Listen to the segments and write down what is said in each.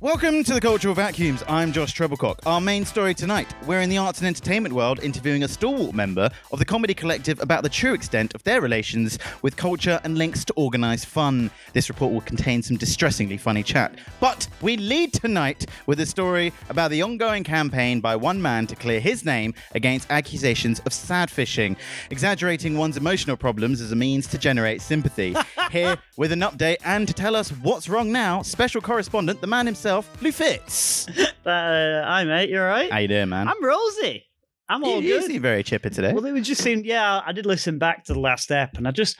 Welcome to the Cultural Vacuums. I'm Josh Treblecock. Our main story tonight we're in the arts and entertainment world interviewing a stalwart member of the comedy collective about the true extent of their relations with culture and links to organised fun. This report will contain some distressingly funny chat. But we lead tonight with a story about the ongoing campaign by one man to clear his name against accusations of sad fishing, exaggerating one's emotional problems as a means to generate sympathy. Here with an update and to tell us what's wrong now, special correspondent, the man himself, Lou Fitz. Uh, hi, mate. You all right? How you doing, man? I'm Rosie. I'm all you, you good. seem very chipper today. Well, it was just seemed, yeah, I did listen back to the last step, and I just,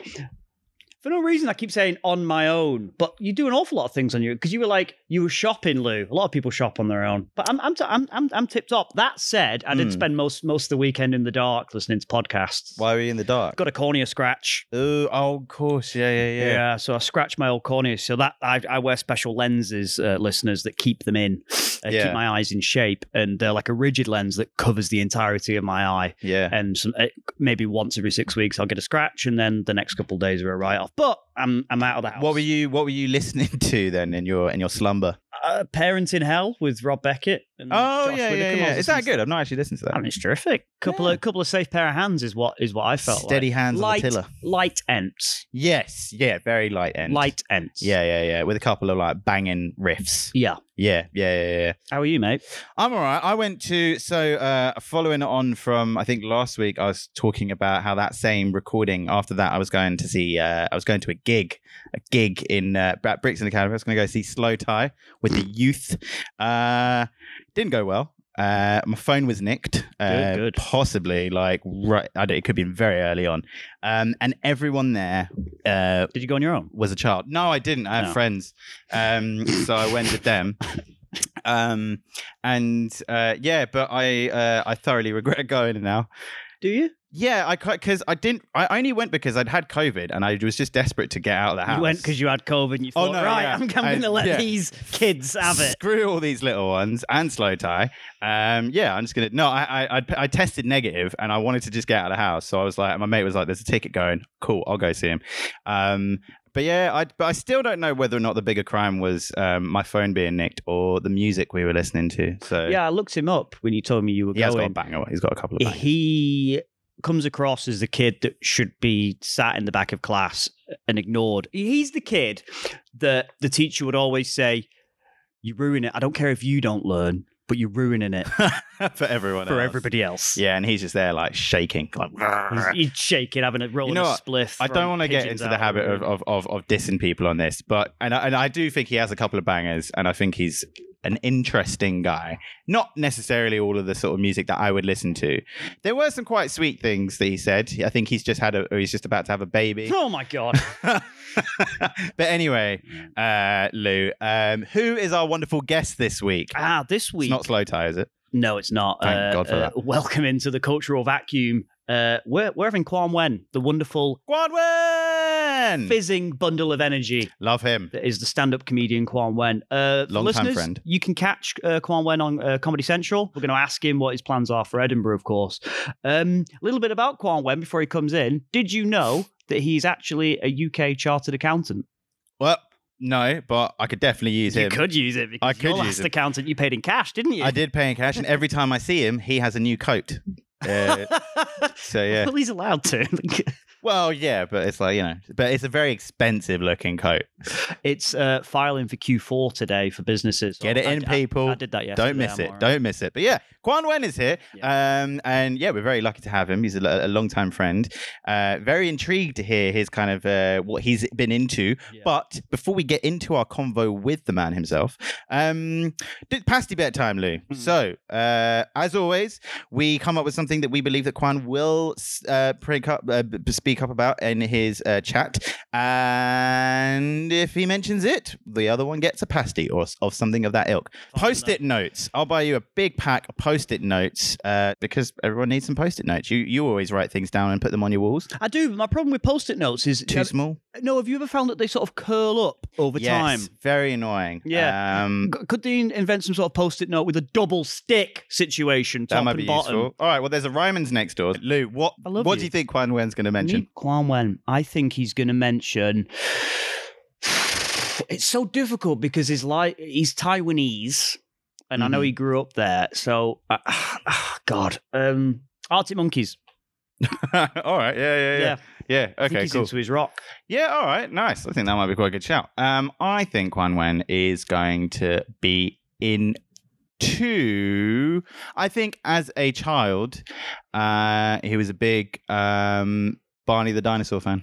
for no reason, I keep saying on my own, but you do an awful lot of things on your because you were like you were shopping, Lou. A lot of people shop on their own, but I'm I'm t- I'm I'm, I'm tipped up. That said, I did Hmm. spend most most of the weekend in the dark listening to podcasts. Why were you in the dark? Got a cornea scratch. Ooh, oh, of course. Yeah, yeah, yeah. so I scratched my old cornea. So that I, I wear special lenses, uh, listeners, that keep them in, uh, Yeah. keep my eyes in shape, and they're like a rigid lens that covers the entirety of my eye. Yeah. And some, uh, maybe once every six weeks, I'll get a scratch, and then the next couple of days are a write off. But I'm I'm out of the house. What were you What were you listening to then in your in your slumber? Oh, Uh, Parents in Hell with Rob Beckett. And Mm, Josh Whittaker. I was Is that listening good? I've not actually listened to to- I that. mean, it's terrific. Couple Yeah. of couple of safe pair of hands is what is what I felt. like. Steady hands light on the tiller. light ents, Yes. Yeah. Very light end. light ents. Yeah, yeah, yeah. With a couple of like banging riffs. yeah. Yeah, yeah, yeah, yeah. How are you, mate? I'm all right. I went to so uh following on from I think last week I was talking about how that same recording after that I was going to see uh I was going to a gig a gig in uh at Brixton Academy. I was going to go see Slow Tie with the youth. Uh didn't go well. Uh, my phone was nicked. Uh, good. Possibly, like right, I don't, it could be very early on. Um, and everyone there uh, Did you go on your own? was a child. No, I didn't. I had No. friends, um, so I went with them. Um, and uh, yeah, but I uh, I thoroughly regret going now. Do you? Yeah, I because I didn't. I only went because I'd had COVID and I was just desperate to get out of the house. You went because you had COVID and you Oh, thought, no, right, yeah. I'm, I'm I- going to let yeah. these kids have it. Screw all these little ones and slow tie. Um, yeah, I'm just gonna. No, I I, I I tested negative and I wanted to just get out of the house. So I was like, my mate was like, "There's a ticket going. Cool, I'll go see him." Um, but yeah, I but I still don't know whether or not the bigger crime was um, my phone being nicked or the music we were listening to. So Yeah, I looked him up when you told me you were he has got a going. banger. He's got a couple of bangers. He comes across as the kid that should be sat in the back of class and ignored. He's the kid that the teacher would always say, You ruin it. I don't care if you don't learn, but you're ruining it for everyone. for else. everybody else. Yeah, and he's just there like shaking, like. He's- He'd shake it, having a roll You know a what? spliff. I don't want to get into the habit of, of, of, of dissing people on this, but and I, and I do think he has a couple of bangers, and I think he's an interesting guy. Not necessarily all of the sort of music that I would listen to. There were some quite sweet things that he said. I think he's just had a, or he's just about to have a baby. Oh my God. but anyway, uh, Lou, um, who is our wonderful guest this week? ah, this week. It's not slow tie, is it? No, it's not. Thank God for uh, that. Welcome into the cultural vacuum. Uh, we're, we're having Quan Wen, the wonderful, Guadwin, fizzing bundle of energy love him. that is the stand up comedian Quan Wen. Uh, for Long-time listeners, friend. You can catch uh, Quan Wen on uh, Comedy Central. We're going to ask him what his plans are for Edinburgh, of course. Um, a little bit about Quan Wen before he comes in. Did you know that he's actually a UK chartered accountant? Well, no, but I could definitely use you him. could use it because I could your use last him. accountant you paid in cash, didn't you? I did pay in cash, and every time I see him, he has a new coat. Uh, so yeah, well, he's allowed to. well, yeah, but it's like you know, but it's a very expensive looking coat. It's uh, filing for Q4 today for businesses. Get it I- in, I- people. I, did that yesterday. Don't miss I'm it. alright. Don't miss it. But yeah, Quan Wen is here, um, and yeah, we're very lucky to have him. He's a, lo- a long-time friend. Uh, very intrigued to hear his kind of uh, what he's been into. Yeah. But before we get into our convo with the man himself, um, did pasty bet time, Lou. Mhm. So uh, as always, we come up with something that we believe that Quan will s- uh, break up, uh, b- speak up about in his uh, chat, and if he mentions it, the other one gets a pasty or s- of something of that ilk. Fine, Post-it notes. I'll buy you a big pack of post-it notes uh, because everyone needs some post-it notes. You you always write things down and put them on your walls. I do. But my problem with post-it notes is Too small. no. Have you ever found that they sort of curl up over Yes, time? very annoying. Yeah. Um, C- Could they in- invent some sort of post-it note with a double stick situation, That top might and be bottom? useful. All right. Well, there's a Ryman's next door. Lou, what I love what you. do you think Quan Wen's going to mention mention? Kwan Wen. I think he's going to mention. It's so difficult because he's like he's Taiwanese, and I know Mhm. he grew up there. So, uh, God, um, Arctic Monkeys. all right. Yeah, yeah, yeah. Yeah. I think okay, he's cool. into his rock. Yeah, all right. Nice. I think that might be quite a good shout. Um, I think Quan Wen is going to be in two. I think as a child, uh, he was a big um, Barney the Dinosaur fan.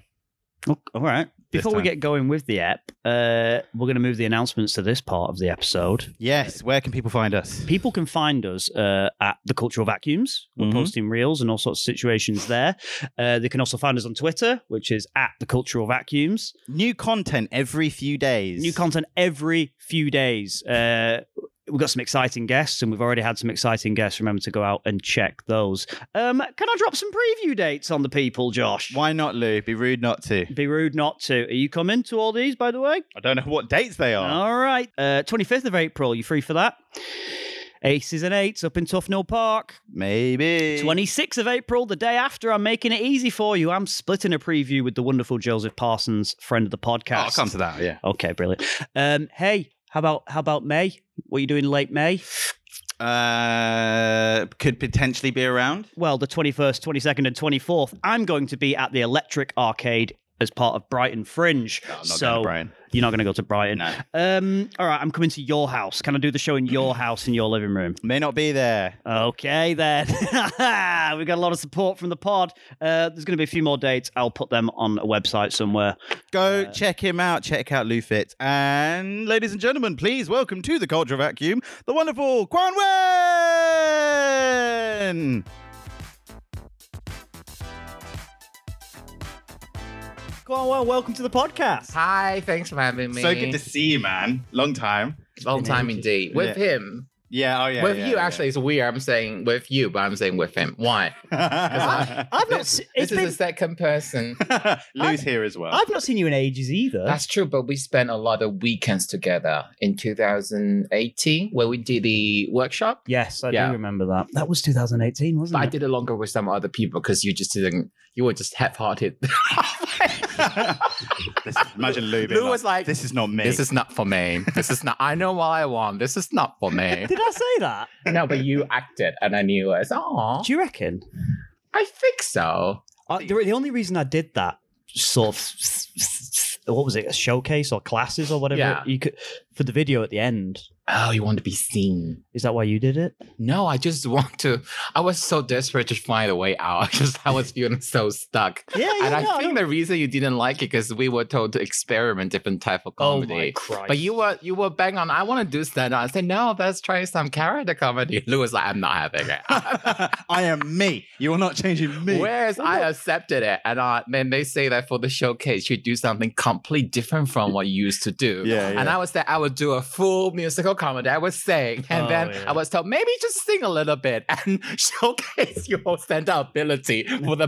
Oh, All right. This Before time. we get going with the app, uh, we're going to move the announcements to this part of the episode. Yes. Where can people find us? People can find us uh, at the Cultural Vacuums. We're Mhm. posting reels and all sorts of situations there. Uh, they can also find us on Twitter, which is at the Cultural Vacuums. New content every few days. New content every few days. Uh, we've got some exciting guests, and we've already had some exciting guests. Remember to go out and check those. Um, can I drop some preview dates on the people, Josh? Why not, Lou? Be rude not to. Be rude not to. Are you coming to all these, by the way? I don't know what dates they are. All right. Uh, 25th of April, you free for that? Aces and Eights up in Tufnell Park. Maybe. 26th of April, the day after, I'm making it easy for you. I'm splitting a preview with the wonderful Joseph Parsons, friend of the Oh, podcast. I'll come to that. Yeah. okay, brilliant. Um, hey, how about how about May? What are you doing late May? Uh, could potentially be around. Well, the 21st, 22nd, and 24th, I'm going to be at the Electric Arcade as part of Brighton Fringe. No, I'm not so going to Brian. you're not going to go to Brighton. No. Um, all right, I'm coming to your house. Can I do the show in Mm-hmm. your house in your living room? May not be there. Okay, then. We've got a lot of support from the pod. Uh, there's going to be a few more dates. I'll put them on a website somewhere. Go check him out. Check out Lou Fitz. And ladies and gentlemen, please welcome to the Culture Vacuum the wonderful Quan Wen. Go on, well, welcome to the podcast. Hi, thanks for having me. So good to see you, man. Long time. Long time Yeah. indeed. With him. Yeah. Oh yeah. with yeah, you, actually, it's weird. I'm saying with you, but I'm saying with him. Why? Yeah. I've not. This- se- This it's is been, the second person. Lou's here as well. I've not seen you in ages either. That's true, but we spent a lot of weekends together in 2018 where we did the workshop. yes, I Yeah. do remember that. That was 2018, But wasn't I it? did it longer with some other people because you just didn't. You were just half-hearted. This- imagine Lou. being Lou was like, "This is not me." this is not for me. This is not. I know what I want. This is not for me. Did I say that? no, but you acted, and I knew it. Oh, Do you reckon? I think so. Uh, the, the only reason I did that sort of what was it a showcase or classes or whatever Yeah. you could for the video at the end. Oh, you want to be seen. Is that why you did it? No, I just want to. I was so desperate to find a way out. I just I was feeling so stuck. Yeah, yeah. And no, I don't- think the reason you didn't like it because we were told to experiment different type of Oh my comedy. Christ! but you were you were bang on. I want to do stand up. I said no, let's try some character comedy. Lou was like, I'm not having it. I am me. You are not changing me. Whereas I accepted it, and uh, then they say that for the showcase, you do something completely different from what you used to do. Yeah, yeah. And I was there, I would do a full musical comedy. I was saying, and Oh, then yeah. I was told maybe just sing a little bit and showcase your stand up ability for the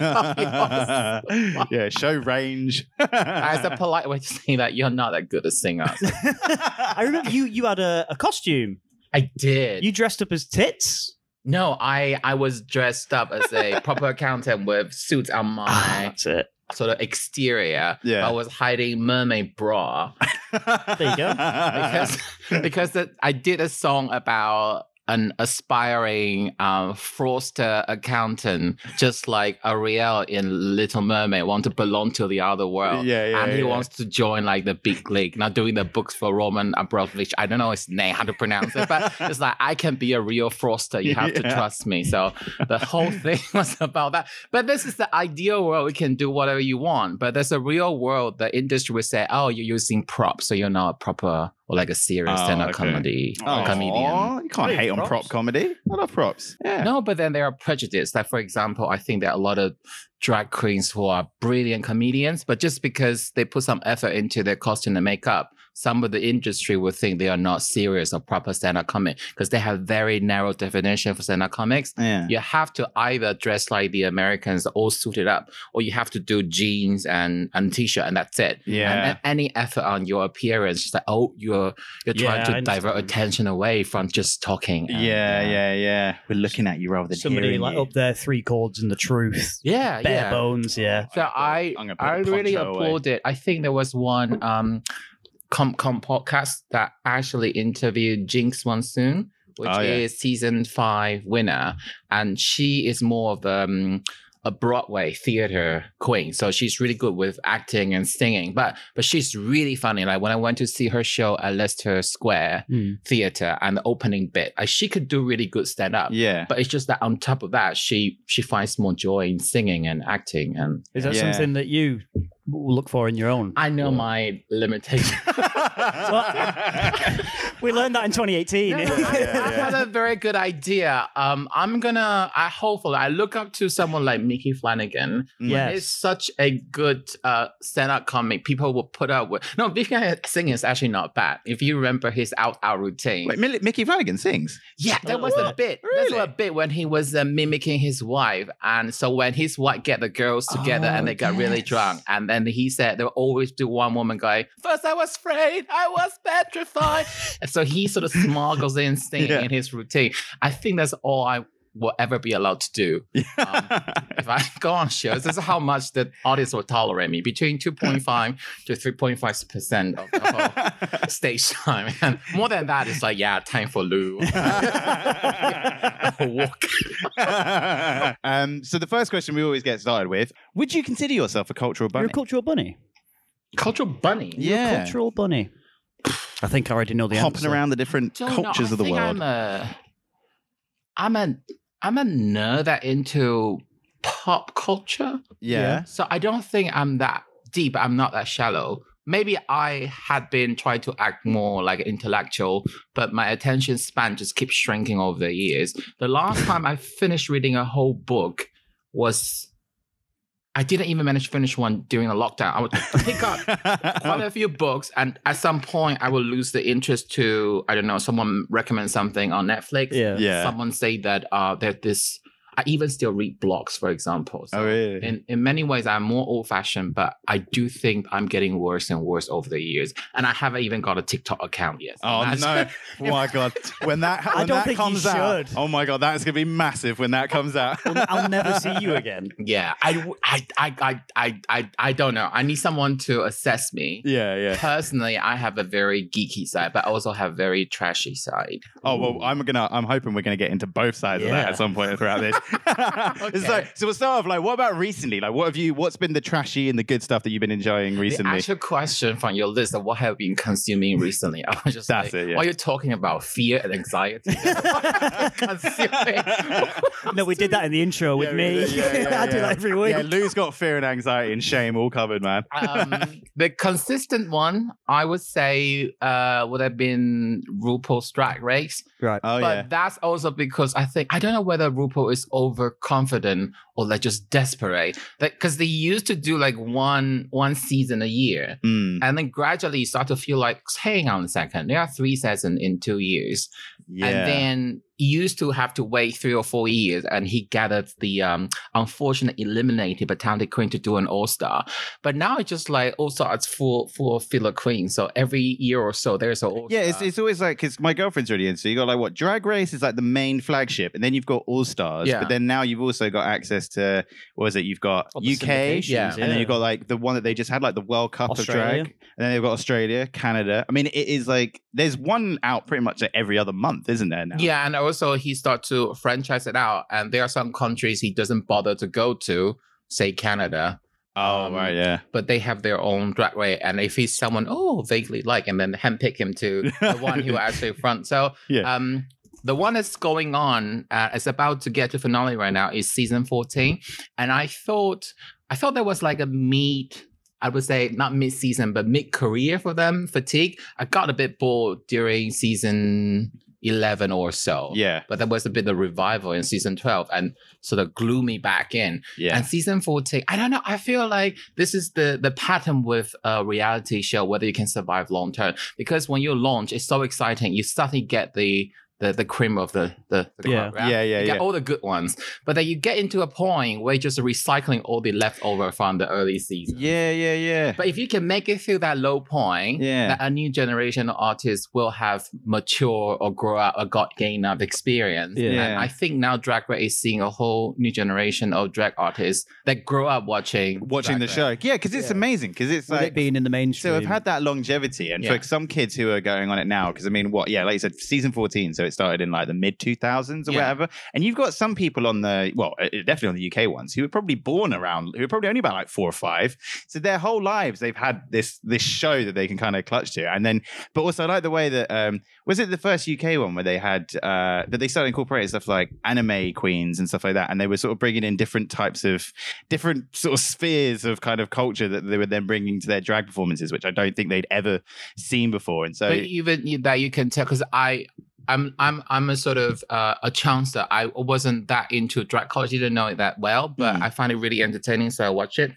of your. yeah, show range. As a polite way to say that you're not that good a singer. I remember you you had a, a costume. I did. You dressed up as tits. no, I I was dressed up as a proper accountant with suits on Ah, my that's it. sort of exterior. Yeah. I was hiding mermaid bra. there you go. because because the, I did a song about an aspiring um, fraudster accountant, just like Ariel in Little Mermaid, want to belong to the other world. Yeah, yeah, and he yeah. wants to join like the big league. Now doing the books for Roman Abramovich. I don't know his name, how to pronounce it, but it's like I can be a real fraudster. You have to Yeah. trust me. So the whole thing was about that. But this is the ideal world. You can do whatever you want. But there's a real world. The industry would say, "Oh, you're using props, so you're not a proper or like a serious Oh, stand-up okay. comedy Aw, comedian." You can't Hey, hate on props. prop comedy. I love props. Yeah. No, but then there are prejudice. Like for example, I think there are a lot of drag queens who are brilliant comedians, but just because they put some effort into their costume and makeup, some of the industry will think they are not serious or proper stand-up comic because they have very narrow definition for stand-up comics. Yeah. You have to either dress like the Americans, all suited up, or you have to do jeans and and t-shirt, and that's it. And, Yeah. and any effort on your appearance, it's like, oh, you're you're trying Yeah, I to divert understand. attention away from just talking. and, Yeah, uh, yeah, yeah. We're looking at you rather than Somebody hearing like oh, you. up there, three chords and the truth, yeah, bare yeah. bones. Yeah, So I, I'm i gonna put the really poncho away. applauded. I think there was one um, comp comp podcast that actually interviewed Jinx Monsoon, which Oh, yeah. is season five winner, and she is more of um, a Broadway theater queen. So she's really good with acting and singing, but but she's really funny. Like when I went to see her show at Leicester Square Mm. Theater and the opening bit, uh, she could do really good stand up. Yeah. But it's just that on top of that, she she finds more joy in singing and acting and is that Yeah. something that you will look for in your own? I know work? my limitations. We learned that in 2018. No, no, I, I had a very good idea. Um, I'm gonna. I hopefully I look up to someone like Mickey Flanagan. Yes. It's such a good uh, stand-up comic. People will put up with. No, Mickey singing is actually not bad. If you remember his out out routine, Wait, Millie- Mickey Flanagan sings. yeah, A that was little a bit. That's Really? a bit when he was uh, mimicking his wife, and so when his wife get the girls together and Oh, they got really yes. drunk, and then he said they will always do one woman guy. First, I was afraid, I was petrified, and so he sort of smuggles in singing Yeah. in his routine. I think that's all I will ever be allowed to do Um, if I go on shows. This is how much the audience will tolerate me between two point five to three point five percent of the whole stage time. And more than that, it's like, yeah, time for Lou. walk. um, so the first question we always get started with: Would you consider yourself a cultural You're a bunny? cultural bunny. Cultural bunny. yeah, Cultural bunny. I think I already know the hopping answer. around the different Don't know. cultures I of the think world. I'm a, I'm a, I'm a nerd that into pop culture. yeah. So I don't think I'm that deep. I'm not that shallow. Maybe I had been trying to act more like intellectual, but my attention span just keeps shrinking over the years. The last time I finished reading a whole book was. I didn't even manage to finish one during the lockdown. I would pick up quite Oh. a few books, and at some point, I will lose the interest to I don't know. Someone recommends something on Netflix. Yeah. yeah. Someone say that uh, that this. I even still read blogs, for example. So Oh, really? in in many ways, I'm more old fashioned, but I do think I'm getting worse and worse over the years, and I haven't even got a TikTok account yet. Oh That's- no! Oh my god! When that when I don't that think you comes out, should. oh my god, that's gonna be massive when that comes out. I'll never see you again. Yeah, I, w- I, I, I, I, I, I don't know. I need someone to assess me. Yeah, yeah. Personally, I have a very geeky side, but I also have very trashy side. Oh well, I'm gonna. I'm hoping we're gonna get into both sides of that Yeah. at some point throughout this. It's Okay. like- so we'll start off like, what about recently? Like, what have you? What's been the trashy and the good stuff that you've been enjoying The recently? actual question from your list of what have you been consuming recently? I was just That's like, it, yeah. while you're talking about fear and anxiety, consuming. No, we did that in the intro with Yeah, we me. did. Yeah, yeah, I do yeah. that every week. yeah, Lou's got fear and anxiety and shame all covered, man. um, the consistent one, I would say, uh, would have been RuPaul's Drag Race. Right. Oh but yeah. that's also because I think I don't know whether RuPaul is overconfident or they're just desperate. Because they used to do like one one season a year, Mm, and then gradually you start to feel like, hang on a second, there are three seasons in two years, yeah. and then you used to have to wait three or four years. And he gathered the um unfortunate eliminated but talented queen to do an all star, but now it's just like all stars full full of filler queen. So every year or so there's an all yeah, it's, it's always like because my girlfriend's already in. So you got like what Drag Race is like the main flagship, and then you've got All Stars. Yeah. But then now you've also got access to what is it? You've got Oh, the UK, syndications, yeah. And then you've got like the one that they just had, like the World Cup of Australia. Drag. And then they've got Australia, Canada. I mean, it is like there's one out pretty much every other month, isn't there now? Yeah, and also he start to franchise it out, and there are some countries he doesn't bother to go to, say Canada, Oh, Um, right. Yeah. but they have their own drag way, and if he's someone oh vaguely like, and then handpick him to the one who actually front. So Yeah. um, the one that's going on, uh, is about to get to finale right now, is season fourteen, and I thought I thought there was like a mid, I would say not mid season, but mid career for them fatigue. I got a bit bored during season 11 or so. Yeah. But there was a bit of revival in season 12 and sort of glue me back in. Yeah. And season 14, I don't know. I feel like this is the, the pattern with a reality show, whether you can survive long term. Because when you launch, it's so exciting. You suddenly get the the, the cream of the, the, the Yeah. crop, right? yeah, yeah, You yeah. get all the good ones. But then you get into a point where you're just recycling all the leftover from the early season. Yeah, yeah, yeah. But if you can make it through that low point, Yeah. that a new generation of artists will have mature or grow up or got gain enough experience. Yeah. And I think now Drag Race is seeing a whole new generation of drag artists that grow up watching Watching the Drag Race. show. Yeah, because it's Yeah. amazing. Because it's With like. it being in the mainstream. so I've had that longevity, and Yeah. for some kids who are going on it now, because I mean, what? Yeah, like you said, season fourteen, so it started in like the mid two thousands or Yeah. whatever. And you've got some people on the well, uh, definitely on the UK ones who were probably born around, who were probably only about like four or five. So their whole lives they've had this this show that they can kind of clutch to, and then. But also, I like the way that um was it the first UK one where they had uh that they started incorporating stuff like anime queens and stuff like that, and they were sort of bringing in different types of different sort of spheres of kind of culture that they were then bringing to their drag performances, which I don't think they'd ever seen before. And so, But even you- that you can tell because I. I'm I'm I'm a sort of uh, a chancer. I wasn't that into drag college, didn't know it that well, but Mm. I find it really entertaining, so I watch it.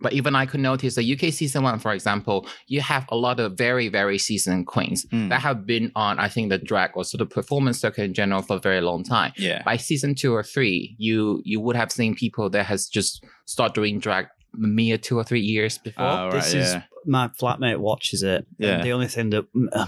But even I could notice the UK season one, for example, you have a lot of very very seasoned queens Mm. that have been on, I think, the drag or sort of performance circuit in general for a very long time. yeah, By season two or three, you you would have seen people that has just start doing drag mere two or three years before. Oh, right, this is yeah. my flatmate watches it. and Yeah. The only thing that uh,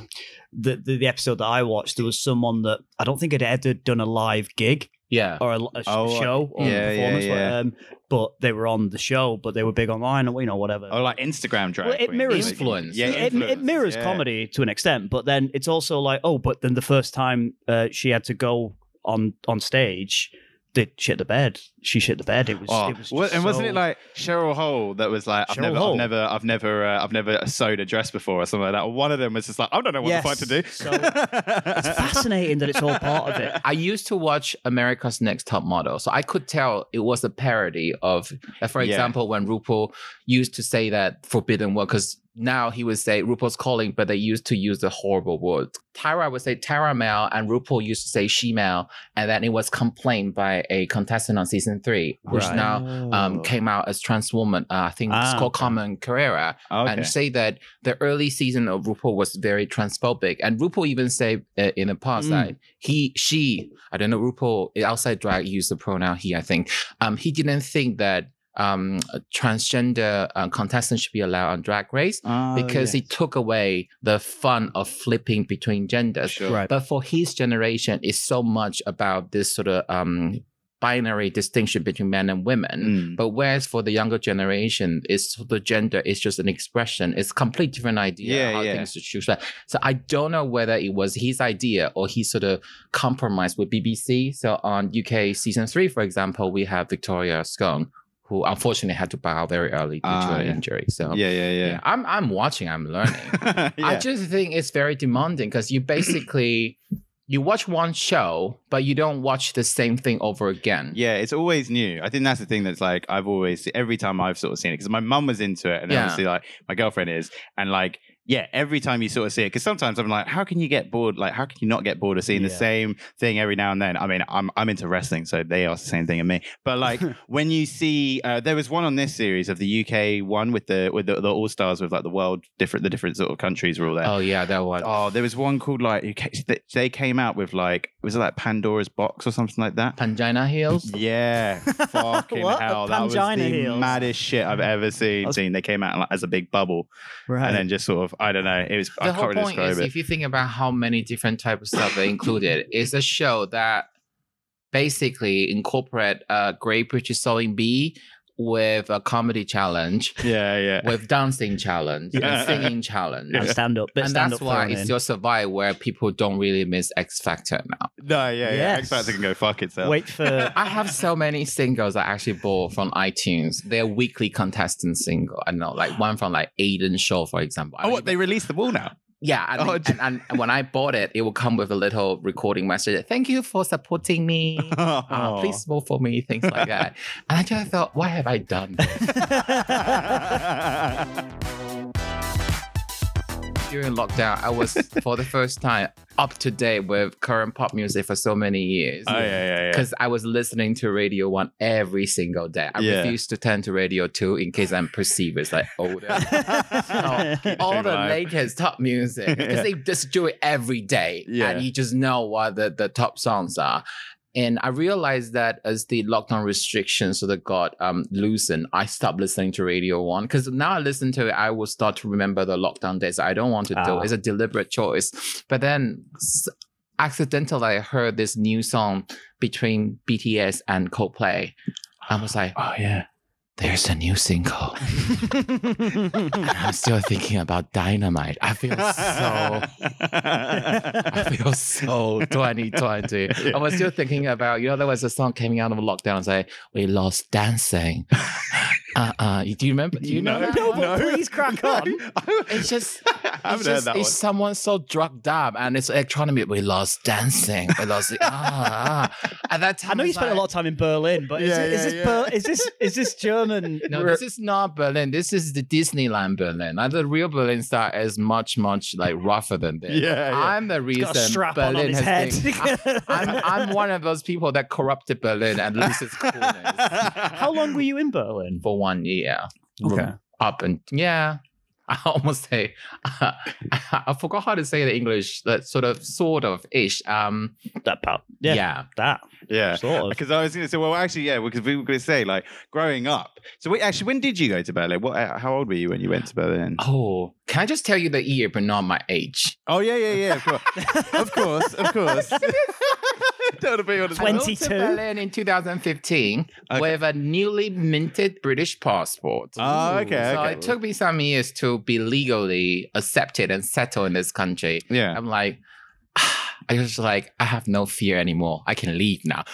the, the the episode that I watched, there was someone that I don't think had ever done a live gig yeah. or a, a sh- Oh, show or yeah, a yeah, performance, but, yeah. Um, but they were on the show, but they were big online or you know whatever. or Oh, like Instagram drag. Well, it queens, mirrors- like- Influence. Yeah, It- it, it influence, mirrors yeah. comedy to an extent, but then it's also like, oh, but then the first time uh, she had to go on on stage, did shit the bed. She shit the bed. It was. Oh, it was wa- just and wasn't so- it like Cheryl Hole that was like, I've Cheryl never, I've Hole. never, I've never, uh, I've never sewed a dress before or something like that. Or one of them was just like, I don't know what the fuck to do. Yes. So it's fascinating that it's all part of it. I used to watch America's Next Top Model, so I could tell it was a parody of, uh, for Yeah. example, when RuPaul used to say that forbidden word, because now he would say RuPaul's calling, but they used to use the horrible word. Tyra would say Tyra Mel, and RuPaul used to say she Mel, and then it was complained by a contestant on season three, which Right. now Oh, um, came out as trans woman. Uh, I think it's Ah, called okay. Carmen Carrera okay. and say that the early season of RuPaul was very transphobic. And RuPaul even said uh, in the past Mm. that he, she, I don't know, RuPaul outside drag used the pronoun he, I think. Um, he didn't think that um transgender uh, contestants should be allowed on Drag Race Oh, because he took away the fun of flipping between yeah. genders. Sure. Right. But for his generation, it's so much about this sort of um binary distinction between men and women. Mm. But whereas for the younger generation, it's the gender is just an expression. It's complete different idea Yeah, how yeah. things to choose. Like, So I don't know whether it was his idea or he sort of compromised with BBC. So on UK season three, for example, we have Victoria Scone, who unfortunately had to bow very early due to Ah, an yeah. injury. So yeah, yeah, yeah. I'm I'm watching, I'm learning. Yeah. um, I just think it's very demanding because you basically you watch one show, but you don't watch the same thing over again. Yeah, it's always new. I think that's the thing that's like I've always every time I've sort of seen it because my mum was into it, and Yeah. obviously like my girlfriend is, and like yeah, every time you sort of see it, because sometimes I'm like, how can you get bored? Like, how can you not get bored of seeing the Yeah. same thing every now and then? I mean, I'm I'm into wrestling, so they ask the same thing of me. But like when you see, uh, there was one on this series of the UK one with the with the, the All Stars with like the world different the different sort of countries were all there. Oh yeah, that one. Oh, there was one called like who ca- they came out with like was it like Pandora's box or something like that? Pangina Hills. Yeah, fucking What? hell! A That was the Pangina heels? maddest shit I've ever seen. That's- seen. They came out like, as a big bubble, Right. and then just sort of I don't know. It was I the can't whole really point describe is it. if you think about how many different types of stuff they included, it's a show that basically incorporate a Great British Sewing Bee with a comedy challenge, yeah, yeah. with dancing challenge, Yeah. and singing challenge. and stand up. Bit And stand that's up why thrown it's in. still survive where people don't really miss X Factor now. No, yeah, yeah. Yes. X Factor can go fuck itself. wait for. I have so many singles I actually bought from iTunes. They're weekly contestant single. I know, like one from like Aiden Shaw, for example. I oh, don't what? They released them all now. Yeah, and, Oh, and- d- and, and when I bought it, it will come with a little recording message. Thank you for supporting me. Uh, Oh. please vote for me, things like that. And I just thought, why have I Oh, done this? during lockdown, I was for the first time up to date with current pop music for so many years. Oh, yeah, yeah, yeah. Because I was listening to Radio One every single day. I Yeah. refused to turn to Radio Two in case I'm perceived as like older. No, all Same the vibe. latest top music because they just do it every day, Yeah. and you just know what the, the top songs are. And I realized that as the lockdown restrictions sort of got um, loosened, I stopped listening to Radio One because now I listen to it, I will start to remember the lockdown days. I don't want to do Ah. it. It's a deliberate choice. But then s- accidentally, I heard this new song between BTS and Coldplay. I was like, Oh yeah. there's a new single. I'm still thinking about dynamite. I feel so. I feel so 2020. I was still thinking about, you know, there was a song coming out of lockdown and say, we lost dancing. Uh uh Do you remember? Do you know? No, that No, one? no. but please crack on. It's just, I it's, haven't heard just that it's one. someone so drugged up and it's electronic. music. We lost dancing. We lost the, ah, ah. At that time, I know you it's spent a like- lot of time in Berlin, but is, Yeah, it- is yeah, this yeah. Ber- is this is this German? No, this is not Berlin. This is the Disneyland Berlin. And the real Berlin star is much, much like rougher than this. Yeah, yeah. I'm the reason got a strap Berlin on, on his has head. been- I'm, I'm one of those people that corrupted Berlin and loses coolness How long were you in Berlin? for one year. Up and yeah. I almost say I forgot how to say the English, that sort of sort of ish. Um That part. yeah. Yeah, that Yeah. sort of. Because I was going to say, well, actually, yeah, because we were going to say, like, growing up. So, wait, actually, when did you go to Berlin? What? uh, How old were you when you went to Berlin? Uh, Oh, can I just tell you the year but not my age? Oh, yeah, yeah, yeah, of course, of course, of course. Don't want to be honest. I moved to 22? Berlin in 2015 Okay. with a newly minted British passport. Oh, okay, so okay. it took me some years to be legally accepted and settled in this country. Yeah. I'm like, "Ah," I was like, I have no fear anymore. I can leave now.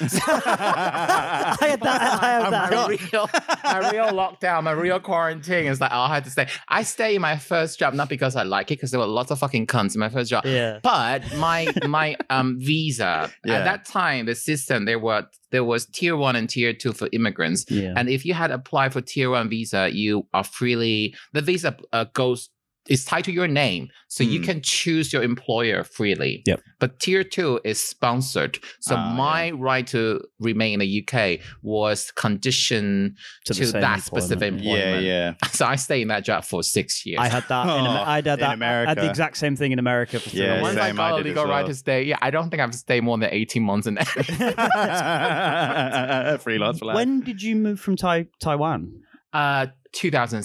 I had that. I had my that. real, my real lockdown, my real quarantine is like, oh, I had to stay. I stay in my first job not because I like it, because there were lots of fucking cunts in my first job. yeah. But my my um visa Yeah. at that time, the system there were there was tier one and tier two for immigrants. Yeah. And if you had applied for tier one visa, you are freely the visa uh, goes is tied to your name, so you Hmm. can choose your employer freely. Yep. But tier two is sponsored, so Ah, my right to remain in the UK was conditioned to, the same that specific employment. employment. yeah, yeah. So I stayed in that job for six years. I had that. in, Am- Oh, I had that. in I had America. the exact same thing in America for three Yeah, months. Once same, I I got did as a legal right well. to stay, yeah, I don't think I've stayed more than 18 months in Freelance for life. When did you move from tai- Taiwan? uh 2000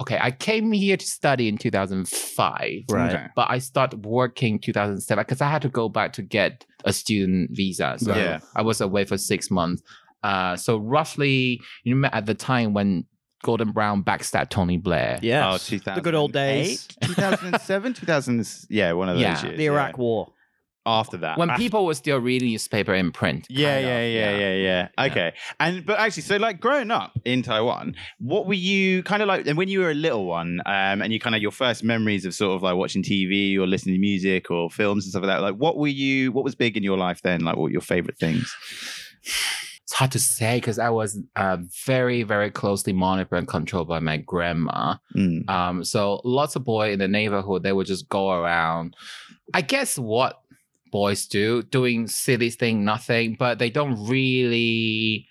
okay i came here to study in 2005 Right. Okay. but i started working 2007 because i had to go back to get a student visa so Yeah. i was away for six months uh so roughly you remember at the time when gordon brown backstabbed tony blair Oh, Yes. 2008? the good old days. 2007, 2000, yeah, one of those Yeah, years. The Iraq War. yeah. After that. when After- people were still reading newspaper in print Ah. Yeah, kind of, yeah, yeah, yeah, yeah, Yeah. Okay. And but actually, so like growing up in Taiwan, what were you kind of like? And when you were a little one, um, and you kind of your first memories of sort of like watching TV or listening to music or films and stuff like that. Like, what were you? What was big in your life then? Like, what were your favorite things? it's hard to say because i was uh, very very closely monitored and controlled by my grandma Mm. Um, so lots of boy in the neighborhood, they would just go around. I guess what boys do, doing silly thing, nothing, but they don't really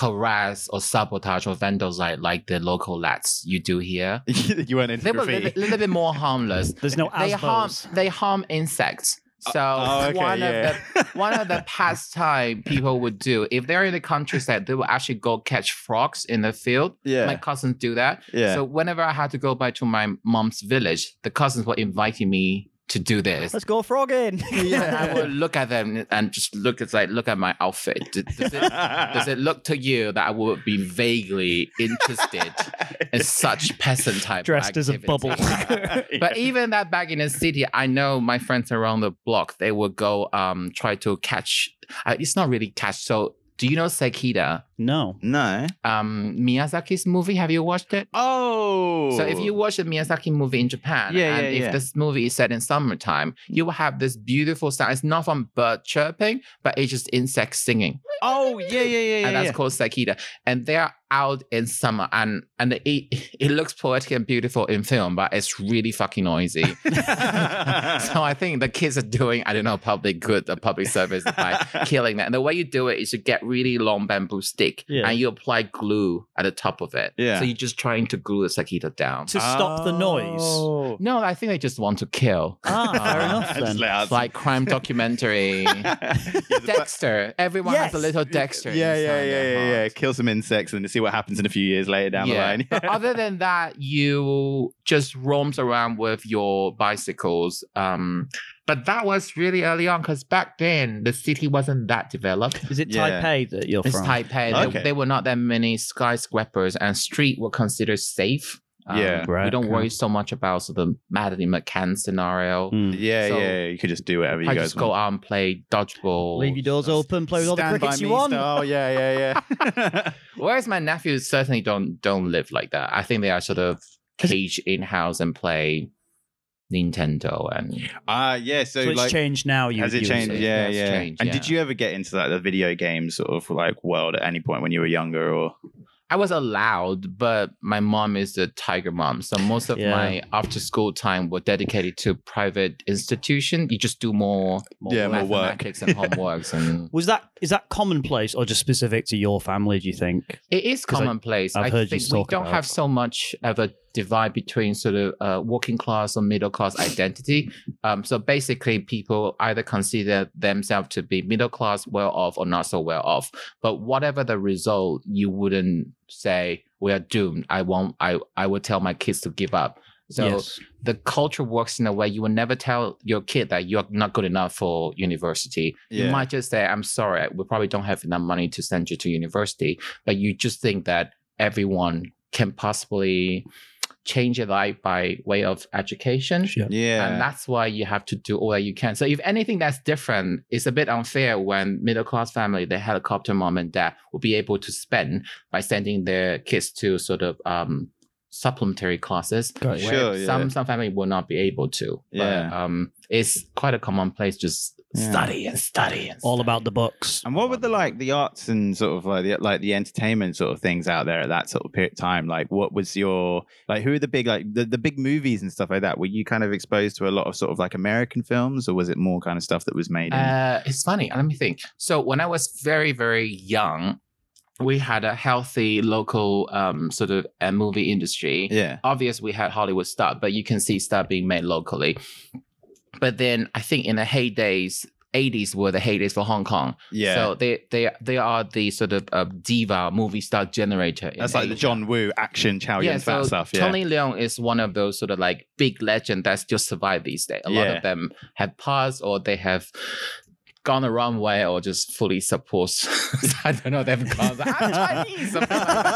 harass or sabotage or vandalize like the local lads you do here. you weren't into They were a little, graffiti. little bit more harmless. There's no They harm Asbos. they harm insects. So Oh, okay, one of the yeah. one of the pastime people would do if they're in the countryside, they will actually go catch frogs in the field. yeah, My cousins do that. yeah. So whenever I had to go back to my mom's village, the cousins were inviting me to do this. Let's go frogging. And I would look at them and just look at like look at my outfit. D- Does it, does it look to you that I would be vaguely interested in such peasant type Dressed as a bubble. activities? But even that back in the city, I know my friends around the block, they would go um try to catch. Uh, it's not really catch. So do you know Sekida? No. No. um, Miyazaki's movie. Have you watched it? Oh. So if you watch a Miyazaki movie in Japan, Yeah, and yeah, if yeah. this movie is set in summertime, you will have this beautiful sound. It's not from bird chirping, but it's just insects singing. Oh yeah yeah yeah yeah. and that's yeah. called Sakita. And they're out in summer, and and it it looks poetic and beautiful in film, but it's really fucking noisy. so I think the kids are doing I don't know public good or public service by killing that. And the way you do it is you get really long bamboo stick Yeah. and you apply glue at the top of it. Yeah. So you're just trying to glue the Sakita down. To stop the noise. Oh. No, I think they just want to kill. Ah, I fair enough just then. let out It's like crime documentary. Yeah, the fact- Dexter. Everyone has Yes. a little Dexter. Yeah, yeah, inside yeah, their yeah, yeah. heart. Kill some insects and see what happens in a few years later down Yeah. the but line. other than that, you just roams around with your bicycles. Um, but that was really early on because back then the city wasn't that developed. Is it Yeah. Taipei that you're It's from? Taipei. There, Okay. there were not that many skyscrapers, and street were considered safe. Um, Yeah. Right, We don't okay. worry so much about sort of Madeline McCann scenario. Hmm. yeah, So- yeah. You could just do Mm, whatever you I guys just go want. out and play dodgeball. Leave your doors open, play with all the Stand by crickets you me want. style. yeah, yeah, yeah. Whereas my nephews certainly don't don't live like that. I think they are sort of caged in house and play Nintendo and Ah, yeah. So, So, it's like, changed now. You has you it would changed? say. it. Yeah, That's yeah. changed, And did yeah. you ever get into like the video game sort of like world at any point when you were younger? Or I was allowed, but my mom is a tiger mom. So most of Yeah. my after school time were dedicated to private institution. You just do more, Yeah, more work. mathematics and homeworks. and Was that is that commonplace or just specific to your family? Do you think? it is 'Cause I- commonplace. I've I heard you think we talk don't about- have so much of a divide between sort of uh, working class or middle class identity. Um, so basically, people either consider themselves to be middle class, well off, or not so well off. But whatever the result, you wouldn't say we are doomed. I won't. I I would tell my kids to give up. So yes. the culture works in a way you will never tell your kid that you're not good enough for university. Yeah. You might just say, I'm sorry, we probably don't have enough money to send you to university. But you just think that everyone can possibly change their life by way of education. Yeah. yeah, And that's why you have to do all that you can. So if anything that's different, it's a bit unfair when middle class family, the helicopter mom and dad will be able to spend by sending their kids to sort of um, supplementary classes. Got it. where Sure, yeah. Some some family will not be able to. Yeah. But, um, it's quite a common place. Just Yeah. study and study and All study. about the books. And what were the like the arts and sort of like the like the entertainment sort of things out there at that sort of period time? Like, what was your like? Who are the big like the, the big movies and stuff like that? Were you kind of exposed to a lot of sort of like American films, or was it more kind of stuff that was made? In- Uh, it's funny. Let me think. So when I was very very young, we had a healthy local um, sort of uh, movie industry. yeah, obvious we had Hollywood stuff, but you can see stuff being made locally. But then I think in the heydays, 80s were the heydays for Hong Kong. yeah. So they they they are the sort of uh, diva movie star generator. in That's like the Asia. John Woo action Chow Yun Fat stuff. Yeah, Tony Leung is one of those sort of like big legend that still survive these days. A lot Yeah. of them have passed or they have gone the wrong way or just fully supports. I don't know. They've Oh, gone. I'm Chinese. something like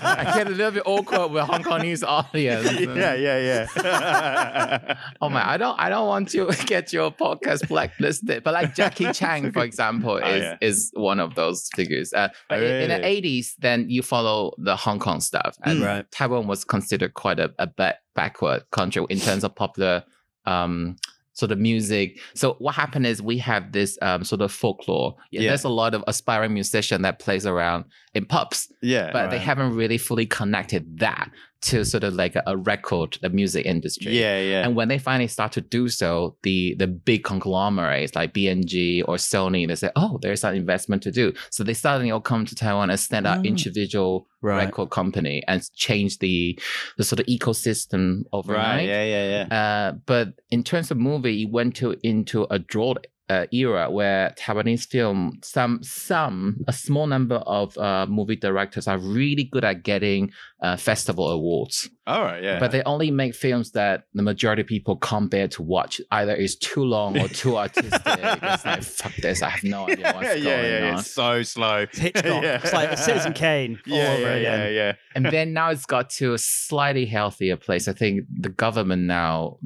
that. I get a little bit awkward with Hong Kongese audience. yeah, yeah, yeah. Oh my! I don't. I don't want to get your podcast blacklisted. But like Jackie Chang, for example, is Oh, yeah. is one of those figures. Uh, but in, in the Really? eighties, then you follow the Hong Kong stuff, and Mm. Right. Taiwan was considered quite a, a ba- backward country in terms of popular um, sort of music. So what happened is we have this um, sort of folklore. Yeah. There's a lot of aspiring musician that plays around in pubs yeah, but they Right. haven't really fully connected that to sort of like a, a record, the music industry. yeah, yeah. And when they finally start to do so, the the big conglomerates like BNG or Sony, they say, "Oh, there's an investment to do." So they suddenly all come to Taiwan and stand up Mm. Ah. individual Right. record company and change the the sort of ecosystem overnight. right, yeah, yeah, yeah. Uh, but in terms of movie, it went to into a drought uh, era where Taiwanese film, some some a small number of uh, movie directors are really good at getting uh, festival awards, All right, yeah. but they only make films that the majority of people can't bear to watch. Either it's too long or too artistic. it's like fuck this, I have no idea what's yeah, going yeah, yeah. on. It's so slow. It's Hitchcock. Yeah. It's like Citizen Kane. all Yeah, over yeah, again. yeah, yeah. and then now it's got to a slightly healthier place. I think the government now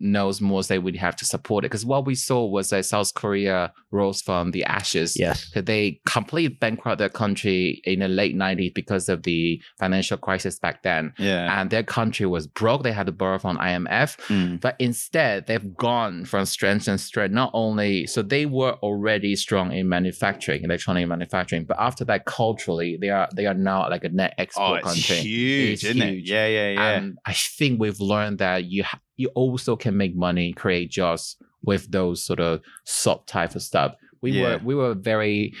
knows more they would have to support it because what we saw was that South Korea rose from the ashes. Yes. So they completely bankrupt their country in the late 90s because of the financial crisis back then. Yeah. And their country was broke. They had to borrow from IMF. Mm. But instead, they've gone from strength and strength. Not only, so they were already strong in manufacturing, electronic manufacturing, but after that, culturally, they are they are now like a net Oh, export it's country. huge, It's isn't it? huge. Yeah, yeah, yeah. And I think we've learned that you ha- you also can make money, create jobs with those sort of sub type of stuff. We Yeah. were we were very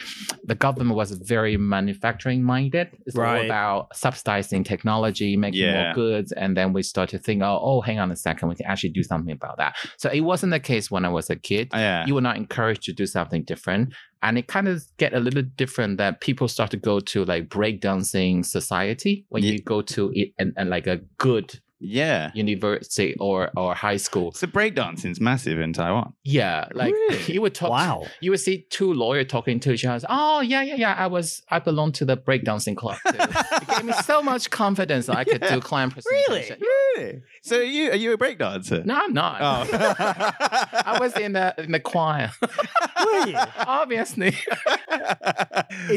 the government was very manufacturing minded. It's all Right. about subsidizing technology, making Yeah. more goods, and then we start to think, oh, oh, hang on a second, we can actually do something about that. So it wasn't the case when I was a kid Oh, yeah. you were not encouraged to do something different. And it kind of get a little different that people start to go to like breakdancing society when Ye- you go to it and, and like a good yeah. university or or high school. So breakdancing's massive in Taiwan. Yeah, like Really? you would talk. Wow. You would see two lawyers talking to each other. Oh yeah, yeah, yeah. I was I belong to the breakdancing club. Too. it gave me so much confidence that I could Yeah. do client Really? presentation. Really? Oh. So are you are you a breakdancer? Oh. No, I'm not. I I was in the in the choir, Were you? obviously.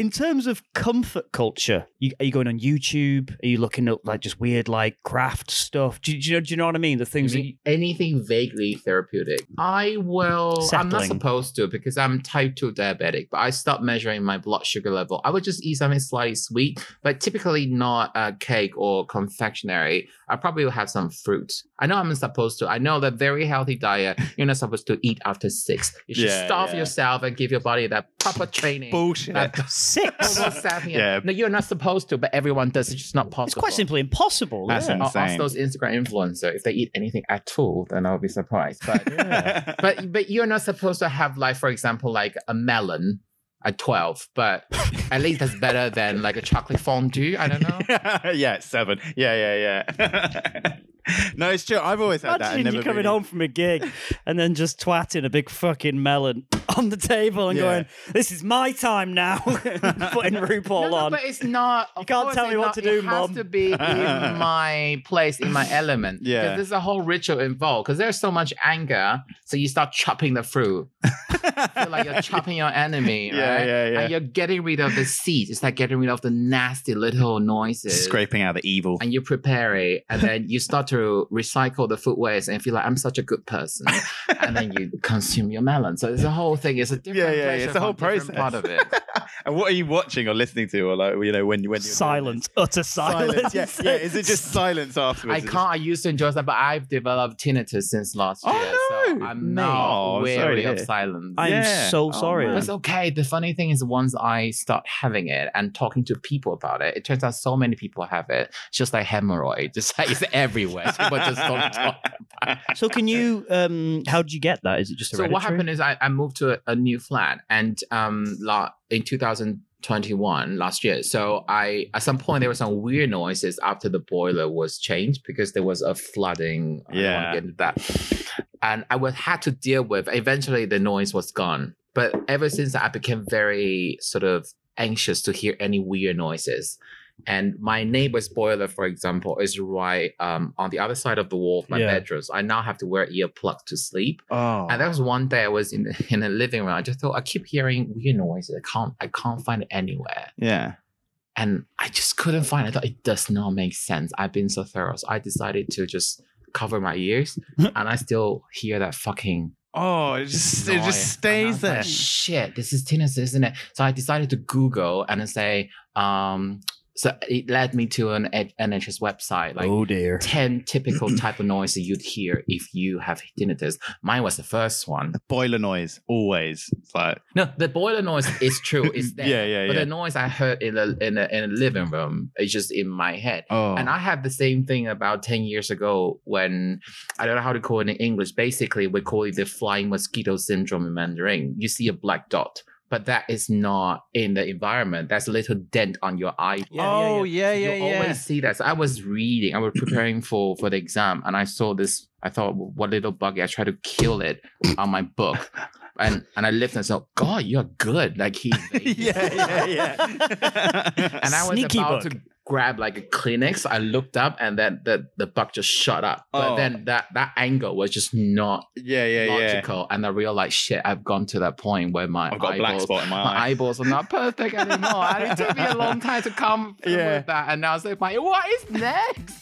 In terms of comfort culture, you, are you going on YouTube? Are you looking up like just weird like craft stuff? Do, you- do you know? Do you know what I mean? The things. You mean anything vaguely therapeutic. I will. I'm not Settling. supposed to because I'm type two diabetic, but I stopped measuring my blood sugar level. I would just eat something slightly sweet, but typically not uh, cake or confectionery. I probably will have some fruit. I know I'm supposed to. I know that very healthy diet. You're not supposed to eat after six. You should Yeah, starve yeah. yourself and give your body that proper training. Bullshit. That you, six. Homo sapien. Yeah. No, you're not supposed to, but everyone does. It's just not possible. It's quite simply impossible. That's yeah. an- I'll ask Insane. those Instagram influencers if they eat anything at all, then I'll be surprised. But but but you're not supposed to have like, for example, like a melon at twelve. But at least that's better than like a chocolate fondue. I don't know. yeah, it's seven. Yeah, yeah, yeah. no, it's true. I've always had that. and Imagine you never coming really- home from a gig and then just twatting a big fucking melon on the table and Yeah. going, "This is my time now." Putting RuPaul No, no, on. but it's not. You of can't course tell it's me what not- to do, It has Mom. to be in my place, in my element. 'Cause Yeah. there's a whole ritual involved. Because there's so much anger, so you start chopping the fruit. feel like you're chopping your enemy, Yeah, right? yeah, yeah. And you're getting rid of the seeds. It's like getting rid of the nasty little noises. Scraping out the evil. And you prepare it, and then you start to recycle the food waste, and feel like I'm such a good person. and then you consume your melon. So it's a whole thing. It's a different Yeah, yeah, yeah. pleasure It's a whole from different part of it. And what are you watching or listening to, or like you know when when you're doing this? silence, utter silence. Yeah, yeah. Is it just silence I afterwards? can't. I used to enjoy that, but I've developed tinnitus since last Oh, year. no. So I'm Mate. now Oh, sorry wary to of hear. silence. I'm Yeah. so Oh, sorry. man. But It's okay. The funny thing is, once I start having it and talking to people about it, it turns out so many people have it. It's just like hemorrhoid, just like it's everywhere. People just don't talk. so can you? Um, how did you get that? Is it just So what happened is, I, I moved to a, a new flat, and um, la- in 2021, last year. So I, at some point, there were some weird noises after the boiler was changed because there was a flooding. I don't Yeah. want to get into that. And I was had to deal with. Eventually, the noise was gone. But ever since, I became very sort of anxious to hear any weird noises. And my neighbor's boiler, for example, is right um, on the other side of the wall of my Yeah. bedroom. So I now have to wear earplugs to sleep. Oh. And there was one day I was in in the living room. I just thought I keep hearing weird noises. I can't I can't find it anywhere. yeah. And I just couldn't find it. I thought it does not make sense. I've been so thorough. So I decided to just cover my ears and I still hear that fucking Oh, it just it noise. And I just stays was like, there. Shit, this is tinnitus, isn't it? So I decided to Google and then say, um, so it led me to an N- NHS website like oh dear. 10 typical type of noises you'd hear if you have tinnitus. Mine was the first one. Boiler noise always. It's like No, the boiler noise is true. It's there. yeah, yeah, But yeah. the noise I heard in the in the in the living room is just in my head. oh. And I had the same thing about 10 years ago when I don't know how to call it in English. Basically, we call it the flying mosquito syndrome in Mandarin. You see a black dot, but that is not in the environment. That's a little dent on your eye. oh yeah, yeah, you yeah. always see that. So I was reading, I was preparing for for the exam, and I saw this. I thought, what little buggy! I tried to kill it on my book, and and I lived and said, God, you're good. Like he, yeah, yeah, yeah. And I was Sneaky about book. to grabbed like a Kleenex. I looked up, and then the the bug just shut up. But Oh. then that that angle was just not Yeah, yeah, yeah. logical, and I realized shit. I've gone to that point where my I've got a black eyeballs spot in my my eye. eyeballs are not perfect anymore. and it took me a long time to come Yeah. with that. And now it's like, my- what is next?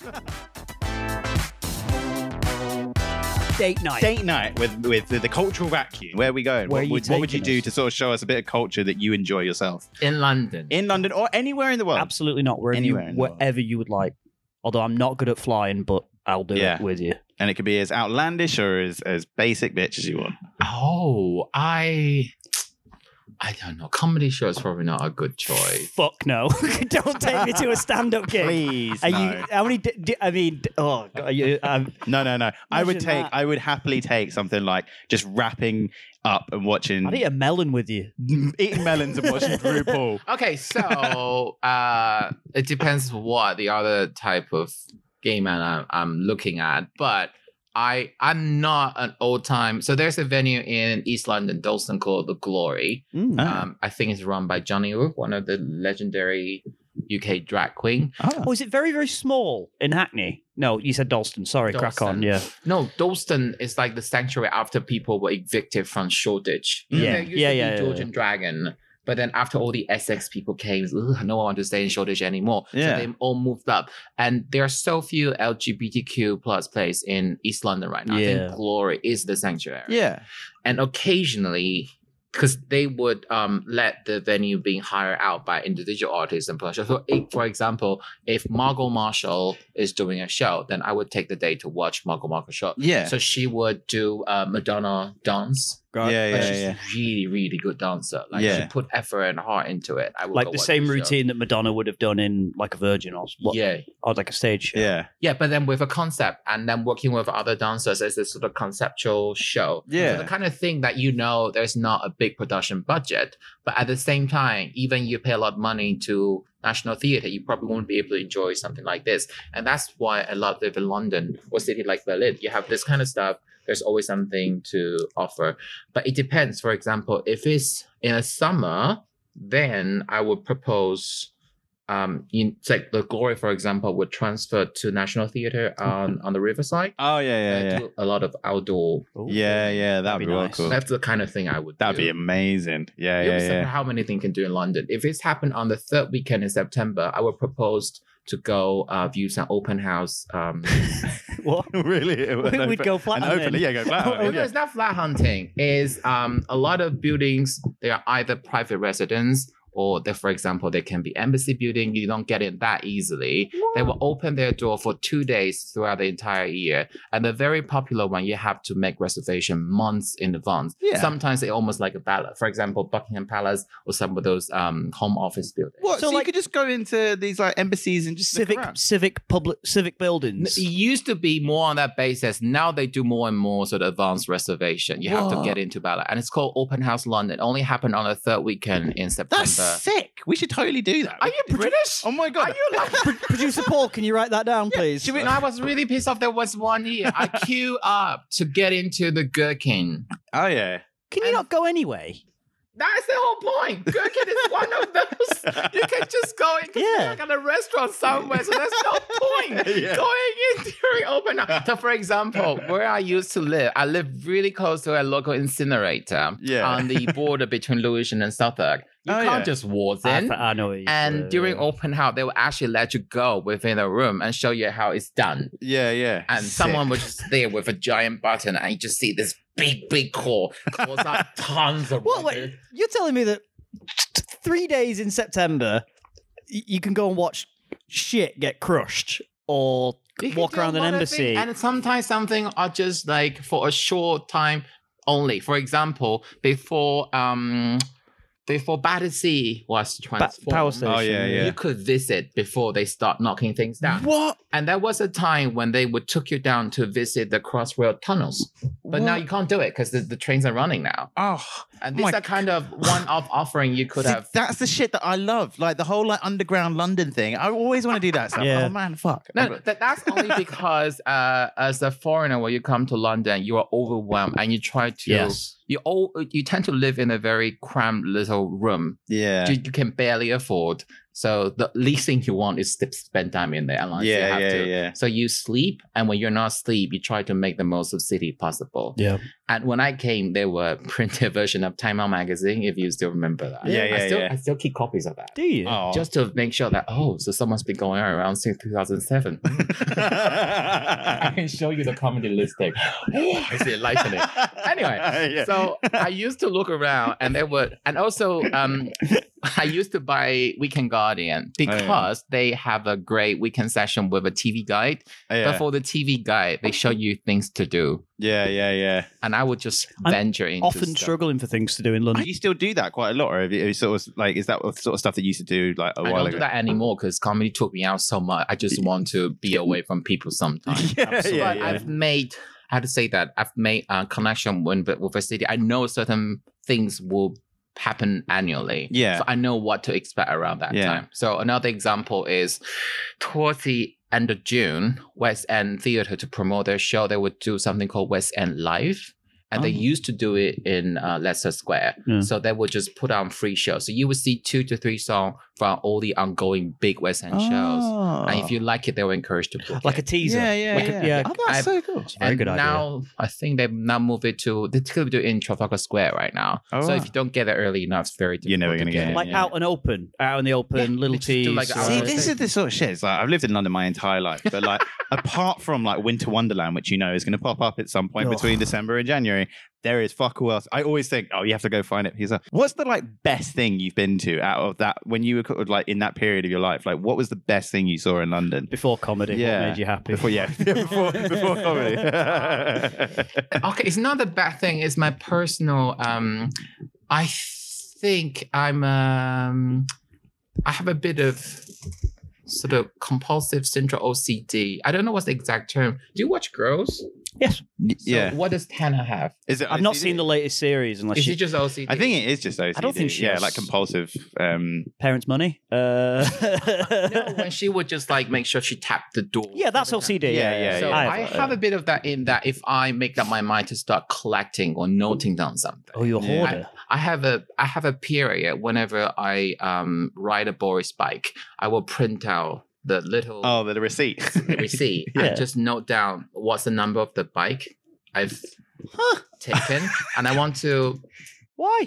Date night. Date night with, with the, the cultural vacuum. Where are we going? Where are what, you would, what would you taking do us? to sort of show us a bit of culture that you enjoy yourself In London. in London or anywhere in the world? Absolutely not. Wherever you, Anywhere in the world. wherever you would like. Although I'm not good at flying, but I'll do Yeah. it with you. And it could be as outlandish or as, as basic bitch as you want. oh, I. I don't know. Comedy show is probably not a good choice. Fuck no! Don't take me to a stand-up gig. Please, Are no. you? How many? d- d- I mean, d- oh, God, are you, um, no, no, no. I would Imagine take. that. I would happily take something like just wrapping up and watching, I'd eat a melon with you. eating melons and watching RuPaul. Okay, so uh, it depends what the other type of game man I'm, I'm looking at, but I I'm not an old time. So there's a venue in East London, Dalston, called the Glory. Mm. Ah. Um, I think it's run by Johnny Wook, one of the legendary UK drag queen. Ah. Oh, is it very very small in Hackney? No, you said Dalston. Sorry, crack on. Dalston. Yeah, No, Dalston is like the sanctuary after people were evicted from Shoreditch. Yeah. there used Yeah, to yeah, yeah, be Georgian Dragon, but then after all the Essex people came, ugh, no one wanted to stay in Shoreditch anymore. Yeah. So they all moved up, and there are so few LGBTQ plus places in East London right now. I Yeah. think Glory is the sanctuary Yeah. and occasionally because they would um, let the venue being hired out by individual artists and producers. So, if, for example, if Margot Marshall is doing a show, then I would take the day to watch Margot Marshall show. Yeah. So she would do uh, Madonna dance. yeah, yeah, like she's yeah. really, really good dancer. Like Yeah. she put effort and heart into it. I would like go the watch same her show. routine that Madonna would have done in like a Virgin or what, Yeah, or like a stage. show. Yeah. yeah, but then with a concept and then working with other dancers as a sort of conceptual show. Yeah. So the kind of thing that you know there's not a big production budget, but at the same time, even you pay a lot of money to National Theatre, you probably won't be able to enjoy something like this. And that's why a lot live in London or city like Berlin. You have this kind of stuff. There's always something to offer. But it depends. For example, if it's in a summer, then I would propose um in it's like the glory, for example, would transfer to National Theatre on, on the riverside. Oh Mm-hmm. yeah, and yeah, yeah. do a lot of outdoor. Ooh. Yeah, yeah. That'd That'd be be real nice. cool. That's the kind of thing I would That'd be do. amazing. Yeah, You'll be yeah, yeah. surprised How many things can do in London? If it's happened on the third weekend in September, I would propose to go uh, view some open house. Um, What? really? It would- We'd go flat. and on openly, it. yeah, go flat. Oh, on no, it, no, it's not flat hunting. Is um, a lot of buildings they are either private residence or, they, for example, they can be embassy building. You don't get in that easily. They will open their door for two days throughout the entire year. And the very popular one, you have to make reservation months in advance. Yeah. Sometimes they're almost like a ballot. For example, Buckingham Palace or some of those um, home office buildings. What? So, So, you like- could just go into these like embassies and just look civic, around? civic, public, civic N- buildings. It used to be more on that basis. Now they do more and more sort of advanced reservation. You have Whoa. to get into ballot. And it's called Open House London. It only happened on the third weekend in September. That's sick. We should totally do that. Are you British? Oh my god. Are you like Pro- Producer Paul, can you write that down, please? and I was really pissed off. There was one year I queue up to get into the Gherkin. oh yeah. Can you not go anyway? That's the whole point. Gherkin is one of those. You can just go in because Yeah. you're like at a restaurant somewhere, so there's no point Yeah. going in during open house. So, for example, where I used to live, I live really close to a local incinerator Yeah. on the border between Lewisham and Southwark. You Oh, can't yeah. just waltz I, in. th- I know. what you- And uh, during open house, they will actually let you go within a room and show you how it's done. Yeah, yeah. And Sick. someone was just there with a giant button, and you just see this big, big core cause up tons of What? Wait, rubbish. you're telling me that t- three days in September, y- you can go and watch shit get crushed or You can walk do a around an lot of embassy. things, and sometimes something are just like for a short time only. For example, before um before Battersea was Ba- transformed, power station. Oh, yeah, yeah. you could visit before they start knocking things down. What? And there was a time when they would took you down to visit the Crossrail tunnels, but now What? you can't do it because the, the trains are running now. Oh, And My these are kind of one-off offering you could See, have. that's the shit that I love. Like the whole like underground London thing. I always want to do that stuff. Yeah. Oh man, fuck. No, that, that's only because uh, as a foreigner, when you come to London, you are overwhelmed and you try to Yes. you all you tend to live in a very cramped little room Yeah. you, you can barely afford So the least thing you want is to spend time in there unless you yeah, have yeah, to. yeah. So you sleep, and when you're not asleep, you try to make the most of city possible. Yeah. And when I came, there were printed version of Time Out magazine, if you still remember that. Yeah, yeah, I still, yeah. I still keep copies of that. Do you? Oh. Just to make sure that oh, so someone's been going on around since 2007. I can show you the comedy list there. I see it lightening. Anyway, Yeah. So I used to look around, and there were, and also um, I used to buy Weekend Guardian Oh, because they have a great weekend session with a TV guide. yeah. But for the TV guide, they show you things to do, yeah, yeah, yeah. and I would just I'm venture into Often stuff. struggling for things to do in London. Do you still do that quite a lot, or have you, have you sort of like is that the sort of stuff that you used to do like a I while don't ago? do that anymore because comedy took me out so much. I just want to be away from people sometimes. Yeah, Absolutely. yeah, but yeah. I've made, I have to say that I've made a connection with, with a city. I know certain things will happen annually. Yeah. So I know what to expect around that Yeah. time. So another example is towards the end of June, West End Theatre to promote their show, they would do something called West End Live. And they Oh. used to do it in uh, Leicester Square. Yeah. So they would just put on free shows. So you would see two to three songs from all the ongoing big West End Oh. shows. And if you like it, they were encouraged to book like a it. teaser. yeah, yeah, Like a- yeah. yeah. Oh, that's I've- so cool. Very and good idea. now I think they've now moved it to they could do it in Trafalgar Square right now. Oh, so wow. if you don't get it early enough, it's very difficult. You're never to gonna get it. like yeah. out and open, out in the open, little They just do teas. like uh, out See, and this is the sort of shit. It's like I've lived in London my entire life, but like apart from like Winter Wonderland, which you know is going to pop up at some point Ugh. between December and January, there is fuck all else. I always think, oh, you have to go find it. He's like, what's the like best thing you've been to out of that when you were co- like in that period of your life? Like, what was the best thing you saw in London? before comedy. Yeah. What made you happy? Before, yeah, before, before comedy. okay, it's not a bad thing. It's my personal. Um, I think I'm. Um, I have a bit of sort of compulsive central OCD. I don't know what's the exact term. Do you watch Girls? Y- So yeah. What does Hannah have? Is it I've not OCD? seen the latest series unless Is it you just OCD? I think it is just OCD. I don't think she Yeah, has- like compulsive. Um, parents' money. Uh, no, when she would just like make sure she tapped the door. yeah, that's every time. OCD. Yeah, yeah, So yeah. I uh, have a bit of that in that if I make up my mind to start collecting or noting down something. Oh, you're a Yeah. hoarder. I have a I have a period whenever I um ride a Boris bike, I will print out the little oh, the receipt. receipt Yeah. and just note down what's the number of the bike I've Huh. taken, and I want to. Why?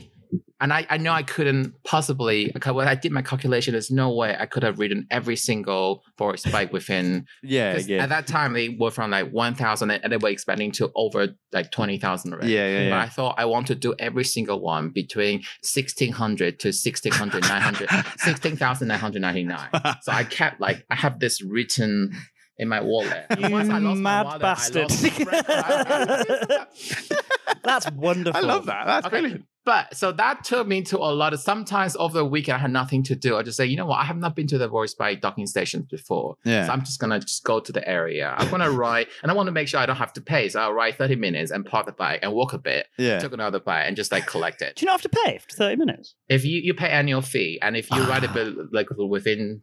And I, I know I couldn't possibly. okay, When I did my calculation, there's no way I could have ridden every single Boris bike within. yeah, 'cause yeah. At that time, they were from like one thousand, and they were expanding to over like twenty thousand already. yeah, yeah, But yeah. I thought I want to do every single one between 1600 to 1600, 900, 16,999. So I kept like, I have this written in my wallet. You Once I lost my mad wallet, I bastard. lost my That's wonderful. I love that. That's Okay. brilliant. But so that took me to a lot of sometimes over the weekend I had nothing to do. I just say, you know what, I have not been to the voice by docking stations before. Yeah. So I'm just gonna just go to the area. I'm gonna ride and I wanna make sure I don't have to pay. So I'll ride 30 minutes and park the bike and walk a bit, yeah. took another bike and just like collect it. Do you not have to pay for 30 minutes? If you, you pay annual fee and if you write a bit like within